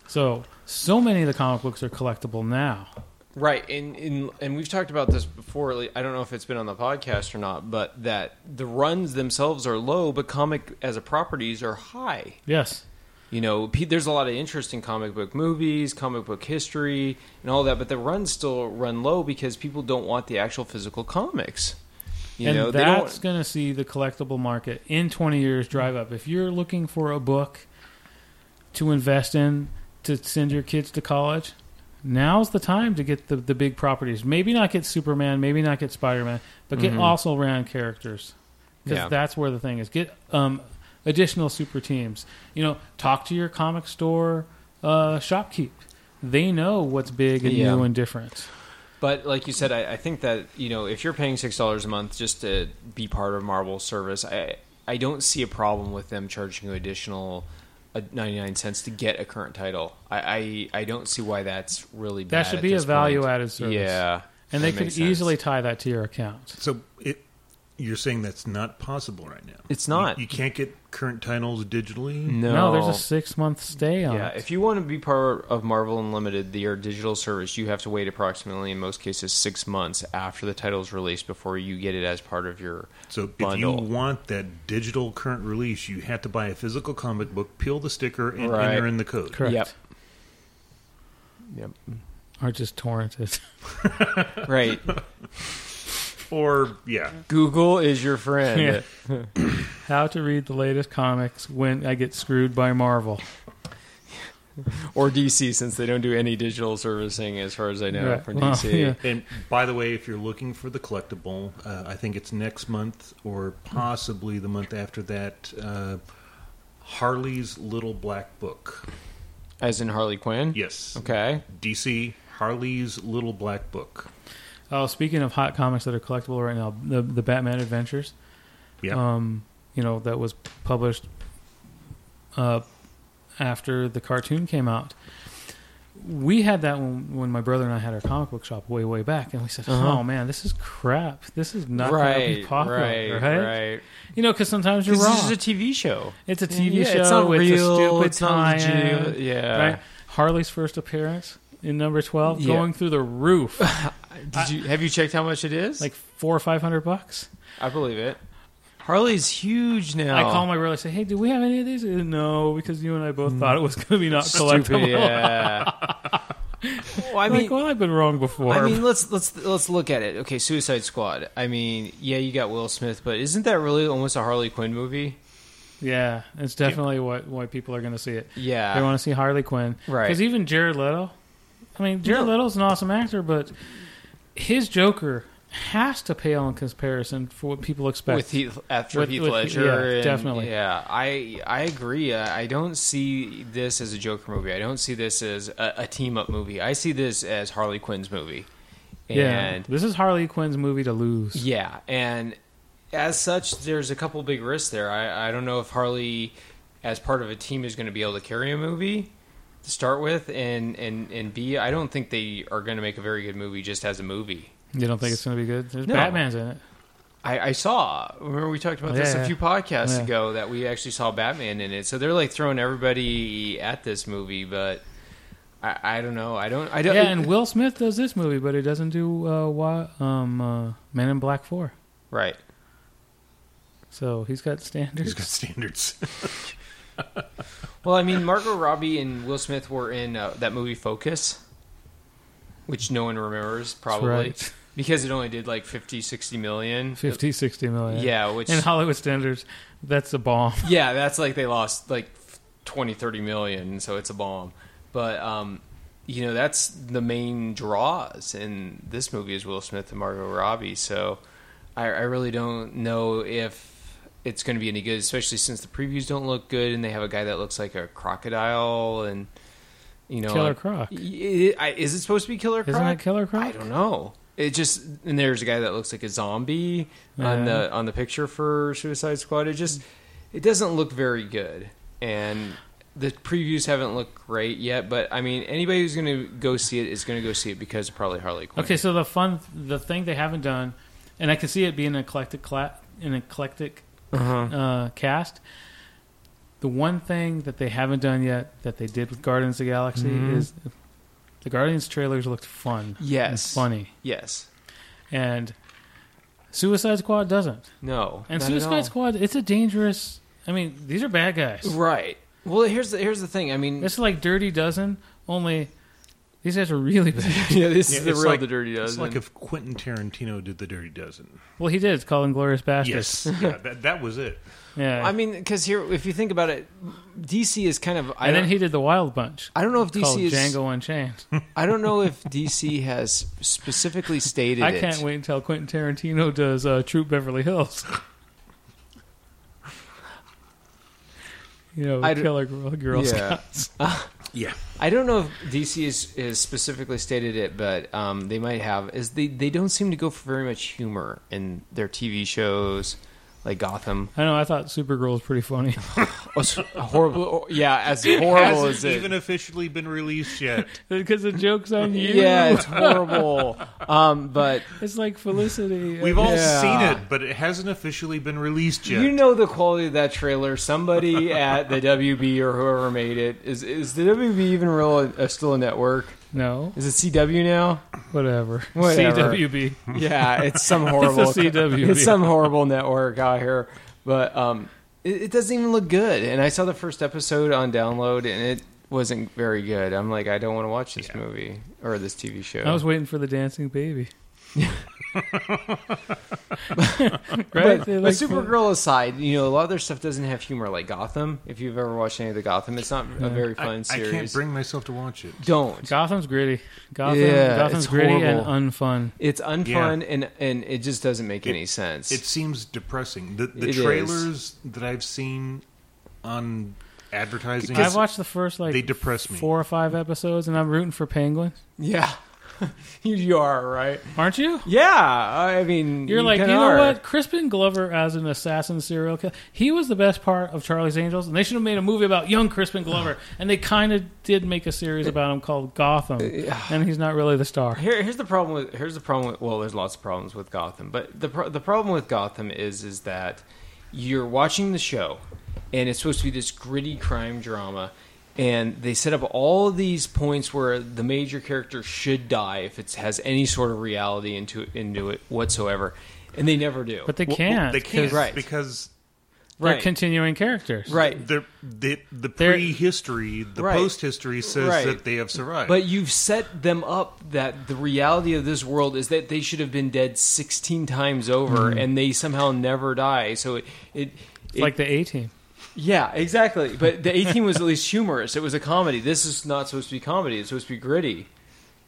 [SPEAKER 2] So, so many of the comic books are collectible now.
[SPEAKER 4] Right, and, and and we've talked about this before. like, I don't know if it's been on the podcast or not, but that the runs themselves are low, but comic as a properties are high.
[SPEAKER 2] Yes.
[SPEAKER 4] You know, pe- there's a lot of interest in comic book movies, comic book history, and all that, but the runs still run low because people don't want the actual physical comics. You
[SPEAKER 2] and
[SPEAKER 4] know, they
[SPEAKER 2] that's
[SPEAKER 4] don't.
[SPEAKER 2] going to see the collectible market in 20 years drive up. If you're looking for a book to invest in to send your kids to college, now's the time to get the, the big properties. Maybe not get Superman, maybe not get Spider Man, but get also ran characters because
[SPEAKER 4] Mm-hmm. Yeah.
[SPEAKER 2] that's where the thing is. Get um, additional super teams. You know, talk to your comic store uh, shopkeep. They know what's big and
[SPEAKER 4] Yeah.
[SPEAKER 2] new and different.
[SPEAKER 4] But like you said, I, I think that you know if you're paying six dollars a month just to be part of Marvel's service, I I don't see a problem with them charging you additional uh, ninety nine cents to get a current title. I, I I don't see why that's really
[SPEAKER 2] That
[SPEAKER 4] bad
[SPEAKER 2] should
[SPEAKER 4] at
[SPEAKER 2] be a
[SPEAKER 4] this point.
[SPEAKER 2] value-added service.
[SPEAKER 4] Yeah,
[SPEAKER 2] And they
[SPEAKER 4] that
[SPEAKER 2] could
[SPEAKER 4] makes sense.
[SPEAKER 2] easily tie that to your account.
[SPEAKER 3] So it, you're saying that's not possible right now.
[SPEAKER 4] It's not.
[SPEAKER 3] You, you can't get current titles digitally.
[SPEAKER 4] no,
[SPEAKER 2] No, there's a six-month stay on
[SPEAKER 4] yeah.
[SPEAKER 2] it.
[SPEAKER 4] If you want to be part of Marvel Unlimited, their digital service, you have to wait approximately in most cases six months after the title's released before you get it as part of your
[SPEAKER 3] So if you
[SPEAKER 4] bundle.
[SPEAKER 3] want that digital current release, you have to buy a physical comic book, peel the sticker, and
[SPEAKER 4] Right.
[SPEAKER 3] enter in the code.
[SPEAKER 2] Correct.
[SPEAKER 4] Yep. Yep.
[SPEAKER 2] Or just torrent it.
[SPEAKER 4] Right.
[SPEAKER 3] Or yeah,
[SPEAKER 4] Google is your friend.
[SPEAKER 2] Yeah. [LAUGHS] How to read the latest comics when I get screwed by Marvel.
[SPEAKER 4] or DC since they don't do any digital servicing as far as I know
[SPEAKER 2] Right.
[SPEAKER 4] for
[SPEAKER 2] Well,
[SPEAKER 4] DC.
[SPEAKER 2] yeah.
[SPEAKER 3] And by the way, if you're looking for the collectible, uh, I think it's next month or possibly the month after that. Uh, Harley's Little Black Book.
[SPEAKER 4] As in Harley Quinn.
[SPEAKER 3] Yes.
[SPEAKER 4] Okay.
[SPEAKER 3] DC Harley's Little Black Book.
[SPEAKER 2] Oh, speaking of hot comics that are collectible right now, the the Batman Adventures,
[SPEAKER 3] Yeah.
[SPEAKER 2] um, you know, that was published uh, after the cartoon came out. We had that when, when my brother and I had our comic book shop way, way back, and we said,
[SPEAKER 4] Uh-huh.
[SPEAKER 2] "Oh man, this is crap. This is not going to
[SPEAKER 4] right,
[SPEAKER 2] be popular,
[SPEAKER 4] right.
[SPEAKER 2] right?
[SPEAKER 4] Right.
[SPEAKER 2] You know, because sometimes you're
[SPEAKER 4] 'Cause
[SPEAKER 2] wrong.
[SPEAKER 4] This is a TV show.
[SPEAKER 2] It's a TV
[SPEAKER 4] Yeah,
[SPEAKER 2] show.
[SPEAKER 4] It's not real.
[SPEAKER 2] a stupid
[SPEAKER 4] it's not
[SPEAKER 2] tie-in,
[SPEAKER 4] legit. Yeah.
[SPEAKER 2] Right? Harley's first appearance in number twelve,
[SPEAKER 4] Yeah.
[SPEAKER 2] going through the
[SPEAKER 4] [LAUGHS]
[SPEAKER 2] roof,
[SPEAKER 4] Did you have you checked how much it is?
[SPEAKER 2] like four or five hundred bucks.
[SPEAKER 4] I believe it. Harley's huge now.
[SPEAKER 2] I call my brother. I say, "Hey, do we have any of these?" He said, no, because you and I both thought it was going to be not
[SPEAKER 4] Mm. stupid.
[SPEAKER 2] collectible.
[SPEAKER 4] Yeah. well, I
[SPEAKER 2] I'm [LAUGHS]
[SPEAKER 4] mean,
[SPEAKER 2] like, well, I've been wrong before.
[SPEAKER 4] I mean, let's let's let's look at it. Okay, Suicide Squad. I mean, yeah, you got Will Smith, but isn't that really almost a Harley Quinn movie?
[SPEAKER 2] [LAUGHS] yeah, it's definitely what why people are going to see it.
[SPEAKER 4] Yeah.
[SPEAKER 2] They want to see Harley Quinn,
[SPEAKER 4] Right.
[SPEAKER 2] Because even Jared Leto, I mean, Jared
[SPEAKER 4] No.
[SPEAKER 2] Leto's an awesome actor, but his Joker has to pale in comparison for what people expect.
[SPEAKER 4] with Heath after
[SPEAKER 2] With-
[SPEAKER 4] Heath
[SPEAKER 2] with-
[SPEAKER 4] Ledger.
[SPEAKER 2] yeah,
[SPEAKER 4] and-
[SPEAKER 2] definitely.
[SPEAKER 4] Yeah, I I agree. Uh, I, I don't see this as a Joker movie. I don't see this as a, a team up movie. I see this as Harley Quinn's movie.
[SPEAKER 2] yeah,
[SPEAKER 4] And
[SPEAKER 2] this is Harley Quinn's movie to lose.
[SPEAKER 4] yeah, and as such, there's a couple big risks there. I, I don't know if Harley, as part of a team, is going to be able to carry a movie to start with, and and and B, I don't think they are going to make a very good movie just as a movie.
[SPEAKER 2] You don't think it's going to be good? There's
[SPEAKER 4] No.
[SPEAKER 2] Batman's in it.
[SPEAKER 4] I, I saw. Remember we talked about this
[SPEAKER 2] Yeah,
[SPEAKER 4] a
[SPEAKER 2] yeah.
[SPEAKER 4] few podcasts
[SPEAKER 2] Yeah.
[SPEAKER 4] ago that we actually saw Batman in it. So they're like throwing everybody at this movie, but I, I don't know. I don't. I don't.
[SPEAKER 2] Yeah, and Will Smith does this movie, but he doesn't do uh, why, um, uh, Man in Black Four.
[SPEAKER 4] right.
[SPEAKER 2] So he's got standards. [LAUGHS]
[SPEAKER 3] He's got standards.
[SPEAKER 4] Well, I mean, Margot Robbie and Will Smith were in uh, that movie Focus, which no one remembers probably
[SPEAKER 2] right.
[SPEAKER 4] because it only did like 50, 60 million.
[SPEAKER 2] 50, 60 million.
[SPEAKER 4] Yeah, which
[SPEAKER 2] In Hollywood standards, that's a
[SPEAKER 4] [LAUGHS]
[SPEAKER 2] bomb. [LAUGHS]
[SPEAKER 4] yeah, that's like they lost like 20, 30 million, so it's a bomb. But, um, you know, that's the main draws in this movie is Will Smith and Margot Robbie. So I, I really don't know if it's going to be any good, especially since the previews don't look good and they have a guy that looks like a crocodile and, you know.
[SPEAKER 2] Killer
[SPEAKER 4] like-
[SPEAKER 2] Croc.
[SPEAKER 4] Y- I- Is it supposed to be Killer Croc?
[SPEAKER 2] Isn't that Killer Croc?
[SPEAKER 4] I don't know. It just and there's a guy that looks like a zombie on
[SPEAKER 2] Yeah.
[SPEAKER 4] the uh, on the picture for Suicide Squad. It just it doesn't look very good, and the previews haven't looked great yet. But I mean, anybody who's going to go see it is going to go see it because of probably Harley Quinn.
[SPEAKER 2] Okay, so the fun, the thing they haven't done, and I can see it being an eclectic, cla- an eclectic
[SPEAKER 4] Uh-huh.
[SPEAKER 2] uh, cast. The one thing that they haven't done yet that they did with Guardians of the Galaxy
[SPEAKER 4] Mm-hmm.
[SPEAKER 2] is the Guardians trailers looked fun. and
[SPEAKER 4] yes,
[SPEAKER 2] funny,
[SPEAKER 4] Yes,
[SPEAKER 2] and Suicide Squad doesn't.
[SPEAKER 4] no,
[SPEAKER 2] And
[SPEAKER 4] not at all.
[SPEAKER 2] Suicide Squad, it's a dangerous. I mean, these are bad guys.
[SPEAKER 4] right? Well, here's the here's the thing. I mean,
[SPEAKER 2] It's like Dirty Dozen, only These guys are really bad.
[SPEAKER 4] [LAUGHS] [LAUGHS] yeah, this
[SPEAKER 3] Yeah,
[SPEAKER 4] is the
[SPEAKER 3] it's
[SPEAKER 4] real
[SPEAKER 3] like-
[SPEAKER 4] The Dirty
[SPEAKER 3] It's
[SPEAKER 4] Dozen.
[SPEAKER 3] like if Quentin Tarantino did the Dirty Dozen.
[SPEAKER 2] Well, he did. It's called Inglorious Bastards.
[SPEAKER 3] Yes, yeah, that, that was it.
[SPEAKER 2] Yeah.
[SPEAKER 4] I mean, because here, if you think about it, DC is kind of. I
[SPEAKER 2] and
[SPEAKER 4] don't,
[SPEAKER 2] then he did The Wild Bunch.
[SPEAKER 4] I don't know if
[SPEAKER 2] called
[SPEAKER 4] DC is.
[SPEAKER 2] Django
[SPEAKER 4] [LAUGHS]
[SPEAKER 2] Unchained.
[SPEAKER 4] I don't know if DC has specifically
[SPEAKER 2] [LAUGHS]
[SPEAKER 4] stated.
[SPEAKER 2] I
[SPEAKER 4] it.
[SPEAKER 2] can't wait until Quentin Tarantino does uh, Troop Beverly Hills. [LAUGHS] you know,
[SPEAKER 4] I d-
[SPEAKER 2] Killer Girl, Girl
[SPEAKER 4] Yeah.
[SPEAKER 2] Scouts.
[SPEAKER 3] Yeah,
[SPEAKER 4] I don't know if DC is, is specifically stated it, but um, they might have. Is they they don't seem to go for very much humor in their TV shows, like Gotham.
[SPEAKER 2] I know. I thought Supergirl was pretty funny. [LAUGHS]
[SPEAKER 4] Oh, so- horrible. [LAUGHS] Yeah, as horrible as
[SPEAKER 3] hasn't
[SPEAKER 4] it.
[SPEAKER 3] even officially been released yet.
[SPEAKER 4] [LAUGHS]
[SPEAKER 2] Because the joke's on you.
[SPEAKER 4] yeah, it's horrible. Um, but
[SPEAKER 2] It's like Felicity.
[SPEAKER 3] We've all
[SPEAKER 4] Yeah.
[SPEAKER 3] seen it, but it hasn't officially been released yet.
[SPEAKER 4] You know the quality of that trailer. Somebody at the WB or whoever made it is is the WB even real? Uh, still a network?
[SPEAKER 2] no,
[SPEAKER 4] Is it CW now?
[SPEAKER 2] whatever.
[SPEAKER 4] Whatever.
[SPEAKER 2] CWB. [LAUGHS]
[SPEAKER 4] Yeah, it's some horrible.
[SPEAKER 2] CW.
[SPEAKER 4] It's some horrible network out here, but um, it, it doesn't even look good. And I saw the first episode on download, and it wasn't very good. I'm like, I don't want to watch this
[SPEAKER 3] Yeah.
[SPEAKER 4] movie or this TV show.
[SPEAKER 2] I was waiting for the dancing baby. right?
[SPEAKER 4] But,
[SPEAKER 2] They're
[SPEAKER 4] but
[SPEAKER 2] like-
[SPEAKER 4] uh, Supergirl aside, you know a lot of their stuff doesn't have humor, like Gotham. If you've ever watched any of the Gotham, it's not a very
[SPEAKER 3] I,
[SPEAKER 4] fun
[SPEAKER 3] I
[SPEAKER 4] series.
[SPEAKER 3] can't bring myself to watch it.
[SPEAKER 4] don't
[SPEAKER 2] Gotham's gritty. Gotham,
[SPEAKER 4] Yeah,
[SPEAKER 2] Gotham's
[SPEAKER 4] it's
[SPEAKER 2] gritty
[SPEAKER 4] horrible.
[SPEAKER 2] and unfun.
[SPEAKER 4] It's unfun and and it just doesn't make
[SPEAKER 3] It-
[SPEAKER 4] any sense.
[SPEAKER 3] It seems depressing. The, the
[SPEAKER 4] It is.
[SPEAKER 3] trailers that I've seen on advertising,
[SPEAKER 2] I've watched the first like
[SPEAKER 3] they depress me.
[SPEAKER 2] four or five episodes, and I'm rooting for Penguin.
[SPEAKER 4] [LAUGHS] yeah, [LAUGHS] you, you are right.
[SPEAKER 2] Aren't you?
[SPEAKER 4] Yeah, I mean,
[SPEAKER 2] You're like, you
[SPEAKER 4] kinda
[SPEAKER 2] know
[SPEAKER 4] are.
[SPEAKER 2] what? Crispin Glover as an assassin serial killer, he was the best part of Charlie's Angels, and they should have made a movie about young Crispin
[SPEAKER 4] [SIGHS]
[SPEAKER 2] Glover. and they kind of did make a series about him called
[SPEAKER 4] Uh,
[SPEAKER 2] Gotham, and he's not really the star.
[SPEAKER 4] Here, here's the problem. With, here's the problem. With, well, there's lots of problems with Gotham, but the pro- the problem with Gotham is is that you're watching the show, and it's supposed to be this gritty crime drama, and they set up all these points where the major character should die if it has any sort of reality into into it whatsoever, and they never do.
[SPEAKER 2] But they
[SPEAKER 3] Well,
[SPEAKER 2] can't.
[SPEAKER 3] they can't
[SPEAKER 2] 'cause
[SPEAKER 4] Right.
[SPEAKER 3] because
[SPEAKER 2] They're
[SPEAKER 4] right,
[SPEAKER 2] continuing characters.
[SPEAKER 4] right.
[SPEAKER 3] the the the
[SPEAKER 2] They're-
[SPEAKER 3] pre-history, the
[SPEAKER 4] Right.
[SPEAKER 3] post-history says
[SPEAKER 4] Right.
[SPEAKER 3] that they have survived.
[SPEAKER 4] But you've set them up that the reality of this world is that they should have been dead 16 times over and they somehow never die. So it. it,
[SPEAKER 2] It's Mm-hmm. like the A team.
[SPEAKER 4] yeah, exactly. But the 18 was at least humorous. It was a comedy. This is not supposed to be comedy. It's supposed to be gritty,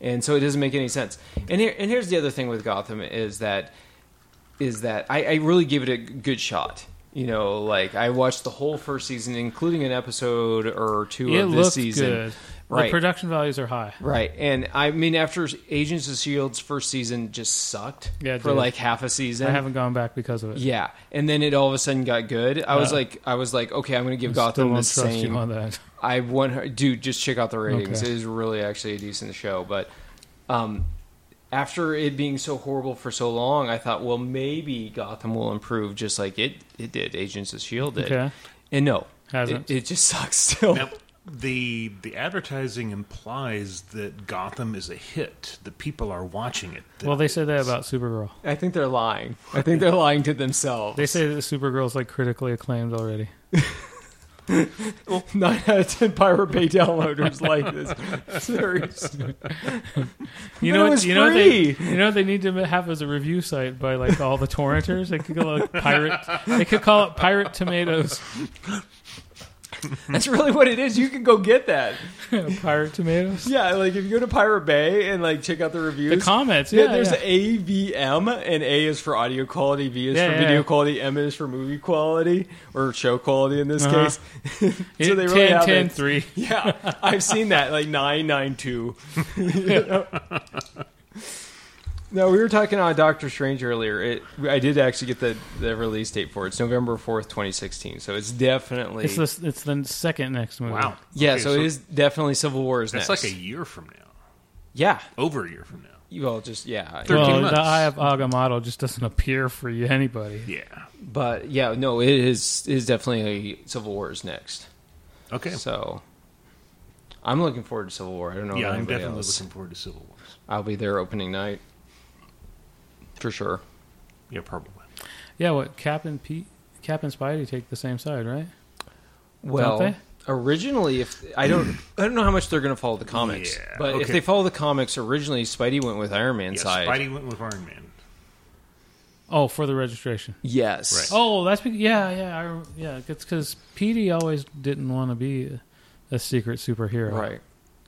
[SPEAKER 4] and so it doesn't make any sense. And here, and here's the other thing with Gotham is that is that I, I really give it a good shot. You know, like I watched the whole first season, including an episode or two
[SPEAKER 2] It
[SPEAKER 4] of this
[SPEAKER 2] looks
[SPEAKER 4] season.
[SPEAKER 2] good. The
[SPEAKER 4] Right.
[SPEAKER 2] production values are high.
[SPEAKER 4] Right, and I mean, after Agents of Shield's E first season just sucked
[SPEAKER 2] Yeah, it
[SPEAKER 4] for
[SPEAKER 2] did.
[SPEAKER 4] like half a season.
[SPEAKER 2] I haven't gone back because of it.
[SPEAKER 4] Yeah, and then it all of a sudden got good. I was
[SPEAKER 2] Yeah.
[SPEAKER 4] like, I was like, okay, I'm going to give
[SPEAKER 2] Still
[SPEAKER 4] Gotham
[SPEAKER 2] don't
[SPEAKER 4] the
[SPEAKER 2] trust you
[SPEAKER 4] same.
[SPEAKER 2] on that.
[SPEAKER 4] I want her, dude. Just check out the ratings.
[SPEAKER 2] Okay.
[SPEAKER 4] It is really actually a decent show, but um, after it being so horrible for so long, I thought, well, maybe Gotham will improve, just like it it did. Agents of Shield E did,
[SPEAKER 2] Okay.
[SPEAKER 4] and no,
[SPEAKER 2] Hasn't.
[SPEAKER 4] It, it just [LAUGHS] sucks still.
[SPEAKER 3] Now, the the advertising implies that Gotham is a hit. That people are watching it. that
[SPEAKER 2] Well, they said that about Supergirl.
[SPEAKER 4] I think they're lying. I think they're lying to themselves.
[SPEAKER 2] They say that Supergirl's like critically acclaimed already.
[SPEAKER 4] [LAUGHS] nine out of ten Pirate Bay downloaders like this. [LAUGHS] Seriously.
[SPEAKER 2] You
[SPEAKER 4] But
[SPEAKER 2] know,
[SPEAKER 4] it
[SPEAKER 2] what,
[SPEAKER 4] was
[SPEAKER 2] you know, what they,
[SPEAKER 4] free.
[SPEAKER 2] you know, what they need to have as a review site by like all the torrenters. They could call it pirate. They could call it pirate tomatoes. [LAUGHS]
[SPEAKER 4] That's really what it is. You can go get that.
[SPEAKER 2] pirate tomatoes.
[SPEAKER 4] Yeah, like if you go to Pirate Bay and like check out the reviews.
[SPEAKER 2] The comments.
[SPEAKER 4] yeah,
[SPEAKER 2] Yeah,
[SPEAKER 4] there's
[SPEAKER 2] yeah.
[SPEAKER 4] AVM, and A is for audio quality, V is
[SPEAKER 2] Yeah,
[SPEAKER 4] for
[SPEAKER 2] yeah,
[SPEAKER 4] video
[SPEAKER 2] yeah.
[SPEAKER 4] quality, M is for movie quality, or show quality in this
[SPEAKER 2] Uh-huh.
[SPEAKER 4] case. [LAUGHS] so they really have
[SPEAKER 2] 10,
[SPEAKER 4] it.
[SPEAKER 2] 3.
[SPEAKER 4] [LAUGHS] Yeah, I've seen that like nine
[SPEAKER 2] [LAUGHS]
[SPEAKER 4] nine two. No, we were talking on Doctor Strange earlier. It, I did actually get the, the release date for it. It's November fourth, twenty sixteen. So it's definitely
[SPEAKER 2] It's the it's the second next movie.
[SPEAKER 3] wow.
[SPEAKER 4] yeah.
[SPEAKER 3] Okay,
[SPEAKER 4] so, it is definitely Civil War is
[SPEAKER 3] That's
[SPEAKER 4] next.
[SPEAKER 3] like a year from now.
[SPEAKER 4] yeah.
[SPEAKER 3] Over a year from now.
[SPEAKER 4] You all just yeah.
[SPEAKER 3] Thir- 13
[SPEAKER 2] Well,
[SPEAKER 3] months.
[SPEAKER 2] the Eye of Agamotto just doesn't appear for you anybody.
[SPEAKER 3] Yeah.
[SPEAKER 4] But yeah, no, it is it is definitely a Civil War is next.
[SPEAKER 3] Okay.
[SPEAKER 4] So I'm looking forward to Civil War. I don't know.
[SPEAKER 3] yeah,
[SPEAKER 4] about
[SPEAKER 3] I'm
[SPEAKER 4] anybody
[SPEAKER 3] definitely
[SPEAKER 4] else.
[SPEAKER 3] looking forward to Civil Wars.
[SPEAKER 4] I'll be there opening night for sure.
[SPEAKER 3] Yeah, probably.
[SPEAKER 2] Yeah, what Cap and Pete, Cap and Spidey take the same side, right?
[SPEAKER 4] Well,
[SPEAKER 2] they?
[SPEAKER 4] originally, if I don't, I don't know how much they're going to follow the comics,
[SPEAKER 3] Yeah,
[SPEAKER 4] but if
[SPEAKER 3] okay.
[SPEAKER 4] they follow the comics, originally Spidey went with Iron Man
[SPEAKER 3] Yeah,
[SPEAKER 4] side.
[SPEAKER 3] Spidey went with Iron Man.
[SPEAKER 2] Oh, for the registration.
[SPEAKER 4] Yes.
[SPEAKER 3] Right.
[SPEAKER 2] Oh, that's because, yeah, yeah, I, rem- yeah. It's because Petey always didn't want to be a, a secret superhero.
[SPEAKER 4] Right.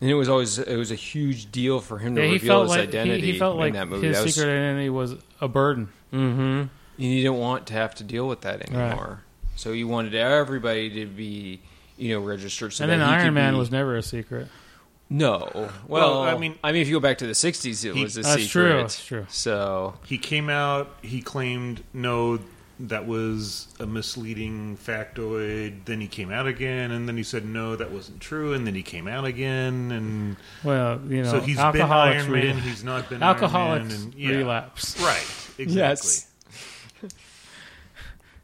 [SPEAKER 4] And it was always it was a huge deal for him to
[SPEAKER 2] Yeah, he
[SPEAKER 4] reveal
[SPEAKER 2] felt
[SPEAKER 4] his
[SPEAKER 2] like
[SPEAKER 4] identity
[SPEAKER 2] he, he felt
[SPEAKER 4] in
[SPEAKER 2] like
[SPEAKER 4] that movie.
[SPEAKER 2] his
[SPEAKER 4] that was,
[SPEAKER 2] secret identity was a burden.
[SPEAKER 4] hmm And you didn't want to have to deal with that anymore. So you wanted everybody to be, you know, registered. So
[SPEAKER 2] and
[SPEAKER 4] that
[SPEAKER 2] then
[SPEAKER 4] he could
[SPEAKER 2] Iron Man
[SPEAKER 4] be-
[SPEAKER 2] was never a secret.
[SPEAKER 4] no. Well,
[SPEAKER 3] Well,
[SPEAKER 4] I
[SPEAKER 3] I
[SPEAKER 4] mean,
[SPEAKER 3] mean-
[SPEAKER 4] I mean, if you go back to the '60s, it
[SPEAKER 3] He-
[SPEAKER 4] was a
[SPEAKER 2] That's
[SPEAKER 4] secret.
[SPEAKER 2] true, that's true.
[SPEAKER 4] So
[SPEAKER 3] He came out. He claimed no, that was a misleading factoid. Then he came out again, and then he said no, that wasn't true. And then he came out again, and
[SPEAKER 2] Well, you know,
[SPEAKER 3] so he's been
[SPEAKER 2] alcoholics,
[SPEAKER 3] Iron
[SPEAKER 2] re-
[SPEAKER 3] Man. He's not been
[SPEAKER 2] alcoholics
[SPEAKER 3] Iron Man, and, yeah.
[SPEAKER 2] relapse.
[SPEAKER 3] Right. Exactly.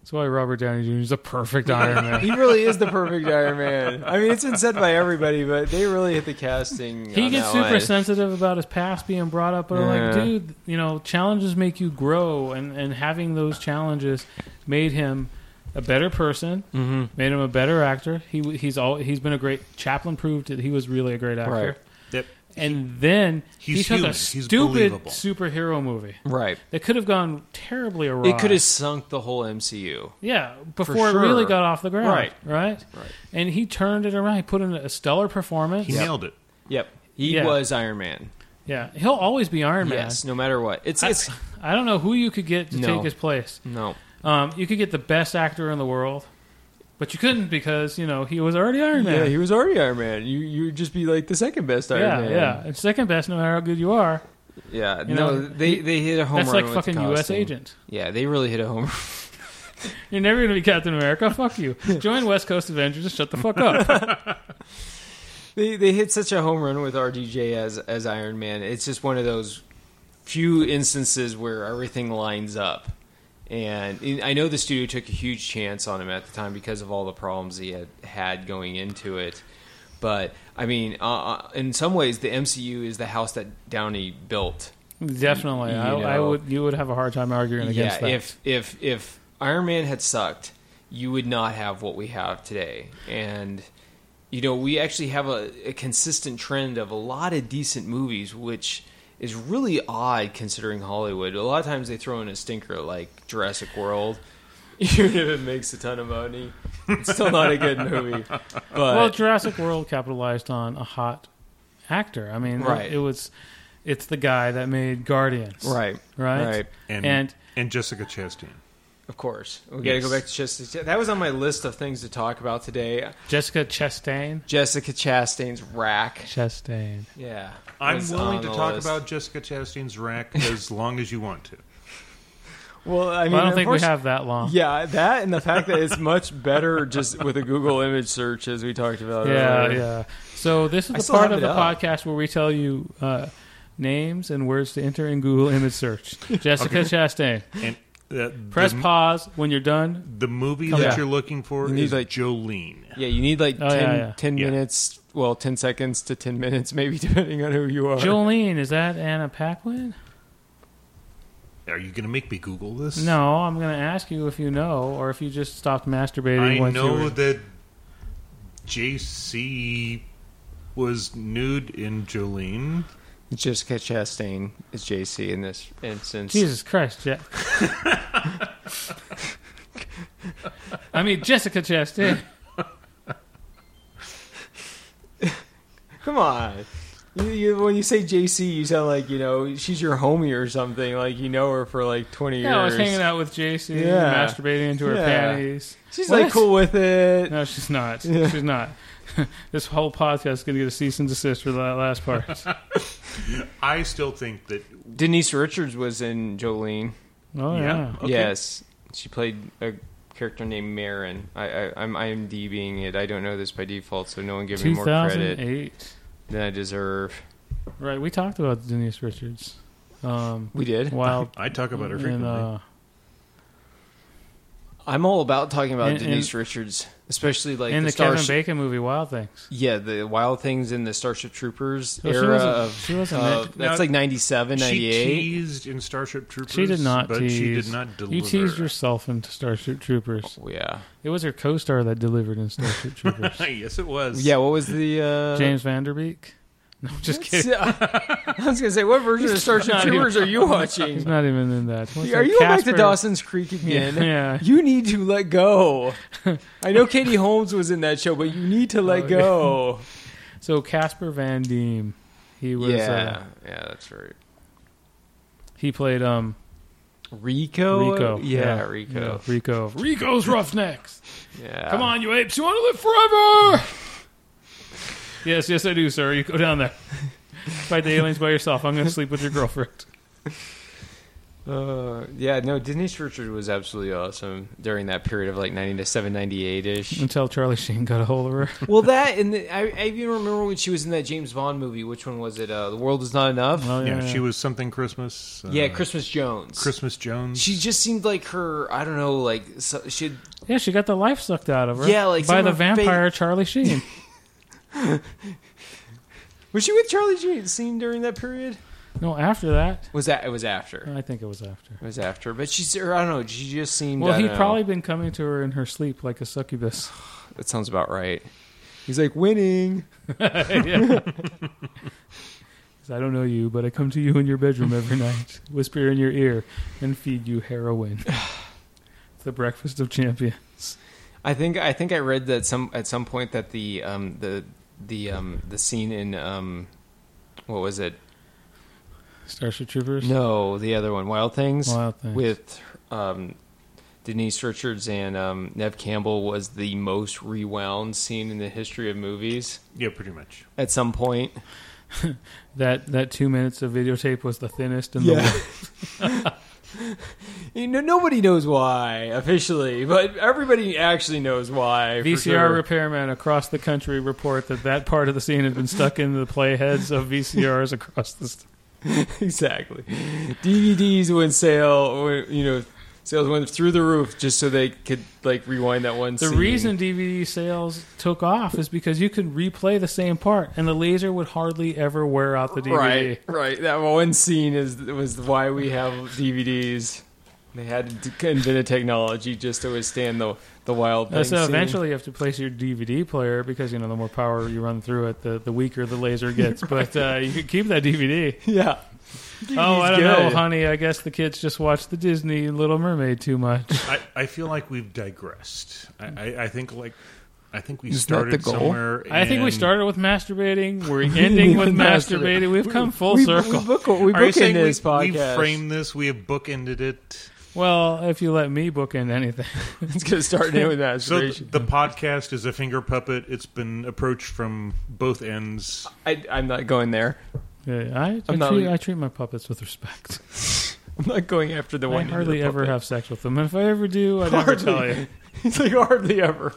[SPEAKER 2] That's why Robert Downey Jr. is a perfect Iron
[SPEAKER 4] [LAUGHS]
[SPEAKER 2] Man.
[SPEAKER 4] he really is the perfect Iron Man. I mean, it's been said by everybody, but they really hit the casting.
[SPEAKER 2] He
[SPEAKER 4] on
[SPEAKER 2] gets
[SPEAKER 4] that
[SPEAKER 2] super
[SPEAKER 4] one.
[SPEAKER 2] sensitive about his past being brought up, but I'm
[SPEAKER 4] Yeah.
[SPEAKER 2] like, dude, you know, challenges make you grow, and, and having those challenges made him a better person,
[SPEAKER 4] Mm-hmm.
[SPEAKER 2] made him a better actor. He w- he's all he's been a great Chaplin proved that he was really a great actor,
[SPEAKER 4] Right.
[SPEAKER 3] Yep.
[SPEAKER 2] and then he
[SPEAKER 3] He's
[SPEAKER 2] took
[SPEAKER 3] human.
[SPEAKER 2] a
[SPEAKER 3] He's
[SPEAKER 2] stupid
[SPEAKER 3] believable.
[SPEAKER 2] superhero movie
[SPEAKER 4] Right.
[SPEAKER 2] that could have gone terribly awry.
[SPEAKER 4] It could have sunk the whole MCU.
[SPEAKER 2] Yeah, before
[SPEAKER 4] sure.
[SPEAKER 2] it really got off the ground.
[SPEAKER 4] Right.
[SPEAKER 2] Right. Right.
[SPEAKER 4] Right.
[SPEAKER 2] And he turned it around. He put in a stellar performance.
[SPEAKER 3] He
[SPEAKER 2] Yeah.
[SPEAKER 3] nailed it.
[SPEAKER 4] Yep. He
[SPEAKER 2] Yeah.
[SPEAKER 4] was Iron Man.
[SPEAKER 2] He'll always be Iron Man.
[SPEAKER 4] Yes, no matter what. It's
[SPEAKER 2] I,
[SPEAKER 4] it's
[SPEAKER 2] I don't know who you could get to
[SPEAKER 4] No.
[SPEAKER 2] take his place.
[SPEAKER 4] no.
[SPEAKER 2] Um, you could get the best actor in the world, but you couldn't because, you know, he was already Iron Man.
[SPEAKER 4] Yeah, he was already Iron Man. You you'd just be like the second best Iron
[SPEAKER 2] yeah,
[SPEAKER 4] Man.
[SPEAKER 2] yeah. And second best, no matter how good you are,
[SPEAKER 4] yeah.
[SPEAKER 2] You
[SPEAKER 4] no,
[SPEAKER 2] know,
[SPEAKER 4] they they hit a home
[SPEAKER 2] that's
[SPEAKER 4] run.
[SPEAKER 2] like
[SPEAKER 4] with the
[SPEAKER 2] fucking U.S.
[SPEAKER 4] casting.
[SPEAKER 2] agent.
[SPEAKER 4] Yeah, they really hit a home. run. [LAUGHS]
[SPEAKER 2] You're never going to be Captain America. Fuck you. Join West Coast Avengers and shut the fuck
[SPEAKER 4] [LAUGHS]
[SPEAKER 2] up.
[SPEAKER 4] They they hit such a home run with RDJ as as Iron Man. It's just one of those few instances where everything lines up. And in- I know the studio took a huge chance on him at the time because of all the problems he had had going into it. But I mean, uh, uh, in some ways, the MCU is the house that Downey built.
[SPEAKER 2] Definitely.
[SPEAKER 4] You
[SPEAKER 2] I, I
[SPEAKER 4] know.
[SPEAKER 2] would. You would have a hard time arguing against that.
[SPEAKER 4] if if if Iron Man had sucked, you would not have what we have today. And you know, we actually have a, a consistent trend of a lot of decent movies, which is really odd considering Hollywood. A lot of times they throw in a stinker like Jurassic World. [LAUGHS] Even if it makes a ton of money, it's still not a good movie. But
[SPEAKER 2] well, Jurassic World capitalized on a hot actor. I mean,
[SPEAKER 4] Right.
[SPEAKER 2] it, was it's the guy that made Guardians,
[SPEAKER 4] right,
[SPEAKER 2] Right,
[SPEAKER 4] right.
[SPEAKER 3] And
[SPEAKER 2] And-
[SPEAKER 3] and, Jessica Chastain.
[SPEAKER 4] Of course, we got to
[SPEAKER 3] Yes.
[SPEAKER 4] go back to Chester. That was on my list of things to talk about today.
[SPEAKER 2] Jessica Chastain.
[SPEAKER 4] Jessica Chastain's rack.
[SPEAKER 2] Chastain.
[SPEAKER 4] Yeah.
[SPEAKER 3] I'm
[SPEAKER 4] was
[SPEAKER 3] willing
[SPEAKER 4] on
[SPEAKER 3] to
[SPEAKER 4] the
[SPEAKER 3] talk
[SPEAKER 4] list.
[SPEAKER 3] about Jessica Chastain's
[SPEAKER 2] [LAUGHS]
[SPEAKER 3] rack as long as you want to.
[SPEAKER 4] Well, I mean,
[SPEAKER 2] I don't think we
[SPEAKER 4] unfortunately-
[SPEAKER 2] have that long.
[SPEAKER 4] Yeah, that and the fact that it's much better just with a Google image search, as we talked about.
[SPEAKER 2] yeah,
[SPEAKER 4] earlier.
[SPEAKER 2] yeah. So this
[SPEAKER 4] I
[SPEAKER 2] is the
[SPEAKER 4] still
[SPEAKER 2] part of
[SPEAKER 4] have it
[SPEAKER 2] the
[SPEAKER 4] up.
[SPEAKER 2] podcast where we tell you uh, names and words to enter in Google image
[SPEAKER 4] [LAUGHS]
[SPEAKER 2] search. Jessica Chastain.
[SPEAKER 3] And uh,
[SPEAKER 2] Press
[SPEAKER 3] the,
[SPEAKER 2] pause when you're done.
[SPEAKER 3] the movie
[SPEAKER 2] Come
[SPEAKER 3] that
[SPEAKER 2] back.
[SPEAKER 3] you're looking for
[SPEAKER 4] You need,
[SPEAKER 3] is
[SPEAKER 4] like-
[SPEAKER 3] Jolene.
[SPEAKER 4] Yeah, you need like
[SPEAKER 2] Oh,
[SPEAKER 4] 10,
[SPEAKER 2] yeah, yeah.
[SPEAKER 4] 10
[SPEAKER 3] Yeah.
[SPEAKER 4] minutes, well, 10 seconds to 10 minutes, maybe, [LAUGHS] depending on who you are.
[SPEAKER 2] Jolene, is that Anna Paquin?
[SPEAKER 3] Are you going to make me Google this?
[SPEAKER 2] No, I'm going to ask you if you know, or if you just stopped masturbating.
[SPEAKER 3] I
[SPEAKER 2] once you
[SPEAKER 3] know
[SPEAKER 2] were-
[SPEAKER 3] that JC was nude in Jolene.
[SPEAKER 4] Jessica Chastain is JC in this instance.
[SPEAKER 2] Jesus Christ, Jack. I mean, Jessica
[SPEAKER 4] [LAUGHS]
[SPEAKER 2] Chastain.
[SPEAKER 4] Come on. You, you, when you say JC, you sound like, you know, she's your homie or something. Like, you know her for like 20 years.
[SPEAKER 2] Yeah, I was hanging out with JC,
[SPEAKER 4] Yeah.
[SPEAKER 2] masturbating into her
[SPEAKER 4] Yeah.
[SPEAKER 2] panties.
[SPEAKER 4] She's
[SPEAKER 2] What?
[SPEAKER 4] like cool with it.
[SPEAKER 2] No, she's not.
[SPEAKER 4] Yeah.
[SPEAKER 2] She's not. [LAUGHS] this whole podcast is going to get a cease and desist for that last part.
[SPEAKER 4] [LAUGHS]
[SPEAKER 3] I still think that
[SPEAKER 4] Denise Richards was in Jolene.
[SPEAKER 2] Oh, yeah.
[SPEAKER 3] Okay.
[SPEAKER 4] Yes, she played a character named Marin. I, I, I'm IMDBing it. I don't know this by default, so no one give me more credit
[SPEAKER 2] 2008.
[SPEAKER 4] than I deserve.
[SPEAKER 2] Right, we talked about Denise Richards. Um, uh,
[SPEAKER 4] We did.
[SPEAKER 2] wild.
[SPEAKER 4] [LAUGHS]
[SPEAKER 3] I talk about her
[SPEAKER 2] and,
[SPEAKER 3] frequently.
[SPEAKER 2] uh,
[SPEAKER 4] I'm all about talking about
[SPEAKER 2] And-
[SPEAKER 4] Denise
[SPEAKER 2] and-
[SPEAKER 4] Richards, especially like
[SPEAKER 2] in the,
[SPEAKER 4] the,
[SPEAKER 2] Kevin
[SPEAKER 4] Starship.
[SPEAKER 2] Bacon movie Wild Things.
[SPEAKER 4] Yeah, the Wild Things in the Starship Troopers
[SPEAKER 2] So Oh, she
[SPEAKER 4] era
[SPEAKER 2] wasn't-
[SPEAKER 4] of
[SPEAKER 2] she wasn't
[SPEAKER 4] of-
[SPEAKER 2] that-
[SPEAKER 4] that's
[SPEAKER 3] No,
[SPEAKER 4] like 97,
[SPEAKER 3] She
[SPEAKER 4] 98.
[SPEAKER 3] teased in Starship Troopers.
[SPEAKER 2] She did not
[SPEAKER 3] but
[SPEAKER 2] tease.
[SPEAKER 3] she did not deliver.
[SPEAKER 2] You teased yourself into Starship Troopers.
[SPEAKER 4] Oh, Yeah,
[SPEAKER 2] It was her co-star that delivered in [LAUGHS] Starship Troopers.
[SPEAKER 3] [LAUGHS] yes, it was.
[SPEAKER 4] yeah. What was the uh,
[SPEAKER 2] James Vanderbeek. No, I'm just kidding.
[SPEAKER 4] [LAUGHS] I was gonna say, what version
[SPEAKER 2] [LAUGHS]
[SPEAKER 4] of Starship
[SPEAKER 2] not even-
[SPEAKER 4] Troopers
[SPEAKER 2] [LAUGHS]
[SPEAKER 4] are you
[SPEAKER 2] He's
[SPEAKER 4] watching?
[SPEAKER 2] not even in that. What's
[SPEAKER 4] Are
[SPEAKER 2] that?
[SPEAKER 4] you back to
[SPEAKER 2] Casper-
[SPEAKER 4] Dawson's Creek again?
[SPEAKER 2] Yeah.
[SPEAKER 4] You need to let
[SPEAKER 2] [LAUGHS]
[SPEAKER 4] go. I know Katie Holmes was in that show, but you need to let
[SPEAKER 2] Oh, yeah. [LAUGHS]
[SPEAKER 4] go.
[SPEAKER 2] So Casper Van Diem, he was. Uh,
[SPEAKER 4] yeah, that's right.
[SPEAKER 2] he played um
[SPEAKER 4] Rico,
[SPEAKER 2] Rico.
[SPEAKER 4] yeah, Rico,
[SPEAKER 2] Yeah, Oh, Rico. Uh, Rico's Roughnecks.
[SPEAKER 4] yeah.
[SPEAKER 2] Come on, you apes! You want to live forever? yes, yes, I do, sir. You go down there, fight the aliens by yourself. I'm going to sleep with your girlfriend.
[SPEAKER 4] Uh, yeah, no, Denise Richard was absolutely awesome during that period of like 97,
[SPEAKER 2] [LAUGHS]
[SPEAKER 4] 98 ish.
[SPEAKER 2] Until Charlie Sheen got a hold of her.
[SPEAKER 4] well, that, and the, I, I even remember when she was in that James Bond movie. Which one was it? Uh, the World Is Not Enough?
[SPEAKER 2] Oh,
[SPEAKER 3] Yeah, she was something Christmas. Uh,
[SPEAKER 4] yeah, Christmas Jones.
[SPEAKER 3] Christmas Jones.
[SPEAKER 4] She just seemed like her, I don't know, like, so, she had
[SPEAKER 2] Yeah, she got the life sucked out of her.
[SPEAKER 4] Yeah, like
[SPEAKER 2] by
[SPEAKER 4] some
[SPEAKER 2] the
[SPEAKER 4] of Ba-
[SPEAKER 2] vampire Charlie Sheen.
[SPEAKER 4] Was she with Charlie Sheen seen during that period?
[SPEAKER 2] no, after that,
[SPEAKER 4] Was that? It was after.
[SPEAKER 2] I think it was after.
[SPEAKER 4] It was after. But she's. Or I don't know. She just seemed.
[SPEAKER 2] Well,
[SPEAKER 4] I
[SPEAKER 2] he'd
[SPEAKER 4] don't know.
[SPEAKER 2] probably been coming to her in her sleep like a succubus.
[SPEAKER 4] That sounds about right. He's like winning.
[SPEAKER 2] Yeah. 'Cause I don't know you, but I come to you in your bedroom
[SPEAKER 4] [LAUGHS]
[SPEAKER 2] every night, whisper in your ear, and feed you heroin. the breakfast of champions.
[SPEAKER 4] I think. I think I read that some at some point that the um the the um the scene in um what was it?
[SPEAKER 2] Starship Troopers.
[SPEAKER 4] No, the other one, Wild Things.
[SPEAKER 2] Wild Things.
[SPEAKER 4] with um. Denise Richards and um, Nev Campbell was the most rewound scene in the history of movies.
[SPEAKER 3] yeah, pretty much.
[SPEAKER 4] At some point,
[SPEAKER 2] That that two minutes of videotape was the thinnest in the world.
[SPEAKER 4] [LAUGHS] you know, nobody knows why officially, but everybody actually knows why. for
[SPEAKER 2] VCR
[SPEAKER 4] sure.
[SPEAKER 2] repairmen across the country report that that part of the scene had been stuck in the playheads of VCRs across the. St-
[SPEAKER 4] [LAUGHS] exactly. DVDs went sale, went, you know, sales went through the roof just so they could like rewind that one.
[SPEAKER 2] the
[SPEAKER 4] scene.
[SPEAKER 2] reason DVD sales took off is because you could replay the same part, and the laser would hardly ever wear out the DVD.
[SPEAKER 4] right, right, that one scene is was why we have DVDs. They had to invent a technology just to withstand the the wild.
[SPEAKER 2] Uh,
[SPEAKER 4] Thing
[SPEAKER 2] so
[SPEAKER 4] scene.
[SPEAKER 2] eventually, you have to place your DVD player because you know the more power you run through it, the, the weaker the
[SPEAKER 4] [LAUGHS]
[SPEAKER 2] laser gets. But uh, you could keep that DVD.
[SPEAKER 4] [LAUGHS] yeah.
[SPEAKER 2] oh, I don't know,
[SPEAKER 4] good.
[SPEAKER 2] honey. I guess the kids just watched the Disney Little Mermaid too
[SPEAKER 4] [LAUGHS]
[SPEAKER 2] much.
[SPEAKER 3] I, I feel like we've digressed. I, I, I think like I think we
[SPEAKER 4] Isn't that the
[SPEAKER 3] started
[SPEAKER 4] goal?
[SPEAKER 3] somewhere.
[SPEAKER 2] I think we
[SPEAKER 3] and-
[SPEAKER 2] started with masturbating.
[SPEAKER 4] [LAUGHS]
[SPEAKER 2] We're ending with
[SPEAKER 4] Masturbate.
[SPEAKER 2] masturbating. We've come full
[SPEAKER 4] we,
[SPEAKER 2] circle.
[SPEAKER 4] We book, we
[SPEAKER 3] Are you
[SPEAKER 4] book in
[SPEAKER 3] saying we,
[SPEAKER 4] this
[SPEAKER 3] we
[SPEAKER 4] podcast.
[SPEAKER 3] framed this? We have bookended it.
[SPEAKER 2] Well, if you let me book in anything,
[SPEAKER 4] [LAUGHS]
[SPEAKER 2] [LAUGHS]
[SPEAKER 4] It's gonna
[SPEAKER 3] [LAUGHS]
[SPEAKER 4] start in with
[SPEAKER 3] So th-
[SPEAKER 4] masturbation.
[SPEAKER 3] the podcast is a finger puppet. It's been approached from both ends.
[SPEAKER 4] I, I'm not going there.
[SPEAKER 2] Yeah, I, I,
[SPEAKER 4] I'm not
[SPEAKER 2] treat,
[SPEAKER 4] like-
[SPEAKER 2] I treat my puppets with respect.
[SPEAKER 4] I'm not going after the
[SPEAKER 2] I
[SPEAKER 4] one. into
[SPEAKER 2] hardly
[SPEAKER 4] the
[SPEAKER 2] ever
[SPEAKER 4] puppet.
[SPEAKER 2] have sex with them, and if I ever do, I never
[SPEAKER 4] [LAUGHS] Hardly.
[SPEAKER 2] tell you.
[SPEAKER 4] He's like hardly ever.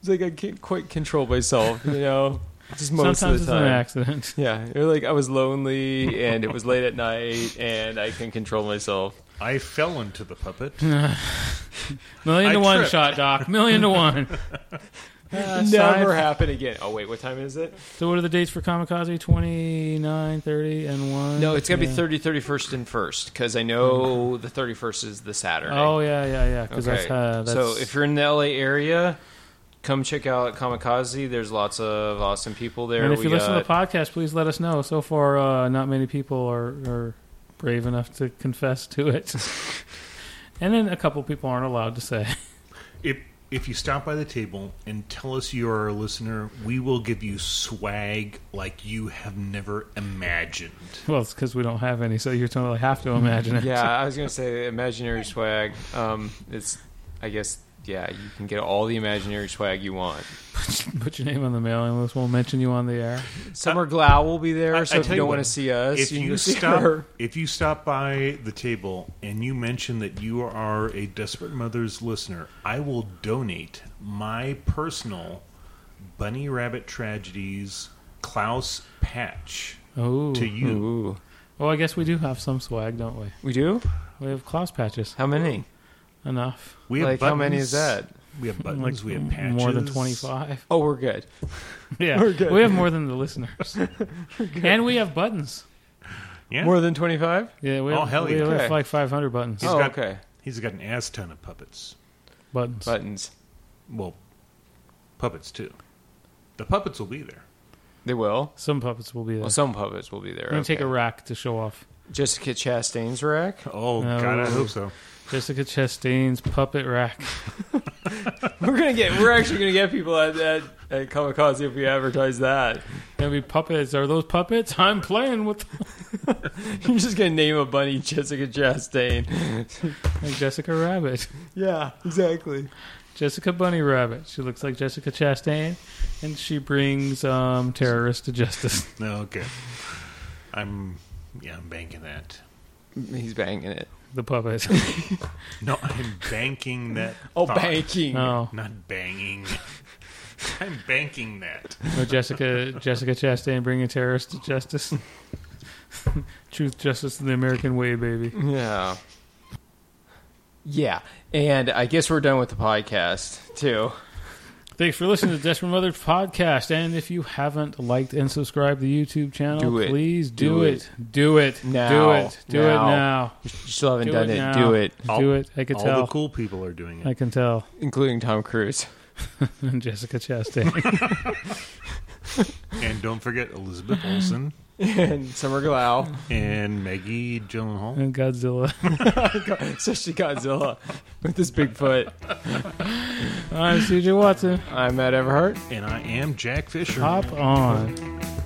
[SPEAKER 4] He's like I can't quite control myself, you know. Just most
[SPEAKER 2] Sometimes
[SPEAKER 4] of
[SPEAKER 2] it's
[SPEAKER 4] the
[SPEAKER 2] an
[SPEAKER 4] time.
[SPEAKER 2] accident. [LAUGHS]
[SPEAKER 4] Yeah, you're like I was lonely and it was late at night and I can control myself.
[SPEAKER 3] I fell into the puppet.
[SPEAKER 2] Million
[SPEAKER 3] I
[SPEAKER 2] to one
[SPEAKER 3] tripped.
[SPEAKER 2] shot, Doc. Million
[SPEAKER 4] [LAUGHS]
[SPEAKER 2] to one. Uh,
[SPEAKER 4] Never
[SPEAKER 2] side-
[SPEAKER 4] happen again. Oh wait, what time is it?
[SPEAKER 2] So what are the dates for Kamikaze? 29, 30, and 1?
[SPEAKER 4] No, it's gonna
[SPEAKER 2] Yeah. Mm.
[SPEAKER 4] be 30, 31st, and first because I know the 31st is the Saturday.
[SPEAKER 2] Oh, yeah, yeah, yeah. Because
[SPEAKER 4] okay.
[SPEAKER 2] that's, uh, that's...
[SPEAKER 4] so if you're in the LA area, come check out Kamikaze. There's lots of awesome people there.
[SPEAKER 2] And if
[SPEAKER 4] we
[SPEAKER 2] you listen to
[SPEAKER 4] got-
[SPEAKER 2] the podcast, please let us know. So far, uh, not many people are, are brave enough to confess to it. [LAUGHS] and then a couple people aren't allowed to say. [LAUGHS]
[SPEAKER 3] If if you stop by the table and tell us you are a listener, we will give you swag like you have never imagined.
[SPEAKER 2] Well, it's because we don't have any, so you totally have to imagine it.
[SPEAKER 4] yeah, I was gonna say imaginary swag. Um, it's, I guess, yeah, you can get all the imaginary swag you want.
[SPEAKER 2] [LAUGHS] Put your name on the mailing list. We'll mention you on the air.
[SPEAKER 4] Summer Glau will be there,
[SPEAKER 3] I-
[SPEAKER 4] so
[SPEAKER 3] I
[SPEAKER 4] if
[SPEAKER 3] tell
[SPEAKER 4] you
[SPEAKER 3] you
[SPEAKER 4] don't
[SPEAKER 3] what,
[SPEAKER 4] want to see us,
[SPEAKER 3] if
[SPEAKER 4] you,
[SPEAKER 3] you
[SPEAKER 4] can [LAUGHS] see
[SPEAKER 3] stop
[SPEAKER 4] her.
[SPEAKER 3] if you stop by the table and you mention that you are a desperate mother's listener, I will donate my personal bunny rabbit tragedies Klaus patch
[SPEAKER 2] Oh.
[SPEAKER 3] to you.
[SPEAKER 4] Ooh,
[SPEAKER 2] Well, I guess we do have some swag, don't we?
[SPEAKER 4] we do?
[SPEAKER 2] We have Klaus patches.
[SPEAKER 4] How many?
[SPEAKER 2] enough.
[SPEAKER 3] We
[SPEAKER 4] Like, how many is that?
[SPEAKER 3] We have buttons. we have patches.
[SPEAKER 2] More than
[SPEAKER 4] [LAUGHS]
[SPEAKER 2] 25.
[SPEAKER 4] Oh, we're good.
[SPEAKER 2] Yeah.
[SPEAKER 4] We're good.
[SPEAKER 2] We have more than the
[SPEAKER 4] [LAUGHS]
[SPEAKER 2] listeners. and we have buttons.
[SPEAKER 3] Yeah.
[SPEAKER 4] More than 25?
[SPEAKER 2] Yeah, we
[SPEAKER 3] Oh,
[SPEAKER 2] have,
[SPEAKER 3] hell
[SPEAKER 2] we
[SPEAKER 3] yeah.
[SPEAKER 2] have
[SPEAKER 4] Okay.
[SPEAKER 2] like 500 buttons.
[SPEAKER 3] He's
[SPEAKER 4] oh,
[SPEAKER 3] got-
[SPEAKER 4] okay.
[SPEAKER 3] He's got an ass ton of puppets.
[SPEAKER 2] Buttons.
[SPEAKER 4] Buttons.
[SPEAKER 3] Well, puppets too. The puppets will be there.
[SPEAKER 4] They will.
[SPEAKER 2] Some puppets will be there.
[SPEAKER 4] Well, some puppets will be there.
[SPEAKER 2] I'm going to take a
[SPEAKER 4] okay.
[SPEAKER 2] rack to show off.
[SPEAKER 4] Jessica Chastain's rack.
[SPEAKER 3] Oh
[SPEAKER 2] No.
[SPEAKER 3] God, I hope so.
[SPEAKER 2] Jessica Chastain's puppet rack.
[SPEAKER 4] We're gonna get. We're actually gonna get people at at, at Kamikaze if we advertise that. [LAUGHS]
[SPEAKER 2] Gonna be puppets. Are those puppets? I'm playing with
[SPEAKER 4] You're just gonna name a bunny Jessica Chastain.
[SPEAKER 2] like Jessica Rabbit. [LAUGHS]
[SPEAKER 4] yeah, exactly.
[SPEAKER 2] Jessica Bunny Rabbit. She looks like Jessica Chastain, and she brings um, terrorists to justice. [LAUGHS]
[SPEAKER 3] No, okay. I'm yeah, I'm banking that.
[SPEAKER 4] He's banging it.
[SPEAKER 2] The
[SPEAKER 4] [LAUGHS]
[SPEAKER 2] puppet.
[SPEAKER 3] No, I'm banking that.
[SPEAKER 4] Oh,
[SPEAKER 3] thought.
[SPEAKER 4] banking.
[SPEAKER 2] No,
[SPEAKER 3] Not banging. I'm banking that.
[SPEAKER 2] no Jessica Jessica Chastain bringing terrorists to justice. [LAUGHS] Truth, justice, and the American way, baby.
[SPEAKER 4] Yeah. Yeah, and I guess we're done with the podcast too.
[SPEAKER 2] Thanks for listening to Desperate Mother podcast. And if you haven't liked and subscribed to the YouTube channel,
[SPEAKER 4] Do it.
[SPEAKER 2] please do,
[SPEAKER 4] Do
[SPEAKER 2] it. Do it.
[SPEAKER 4] Now.
[SPEAKER 2] Do it. Do
[SPEAKER 4] Now.
[SPEAKER 2] it now.
[SPEAKER 4] You still haven't
[SPEAKER 2] Do
[SPEAKER 4] done
[SPEAKER 2] it
[SPEAKER 4] it.
[SPEAKER 2] now.
[SPEAKER 4] Do it,
[SPEAKER 2] do it. I can
[SPEAKER 3] All
[SPEAKER 2] tell.
[SPEAKER 3] the cool people are doing
[SPEAKER 2] I
[SPEAKER 3] it.
[SPEAKER 2] can tell. [LAUGHS]
[SPEAKER 4] including Tom Cruise. [LAUGHS]
[SPEAKER 2] And Jessica Chastain.
[SPEAKER 3] And don't forget Elizabeth Olsen
[SPEAKER 4] and Summer Glau, [LAUGHS]
[SPEAKER 3] and Maggie Gyllenhaal.
[SPEAKER 2] and Godzilla.
[SPEAKER 4] especially Godzilla with his big foot.
[SPEAKER 2] I'm CJ Watson.
[SPEAKER 4] I'm Matt Everhart.
[SPEAKER 3] And I am Jack Fisher.
[SPEAKER 2] Hop on.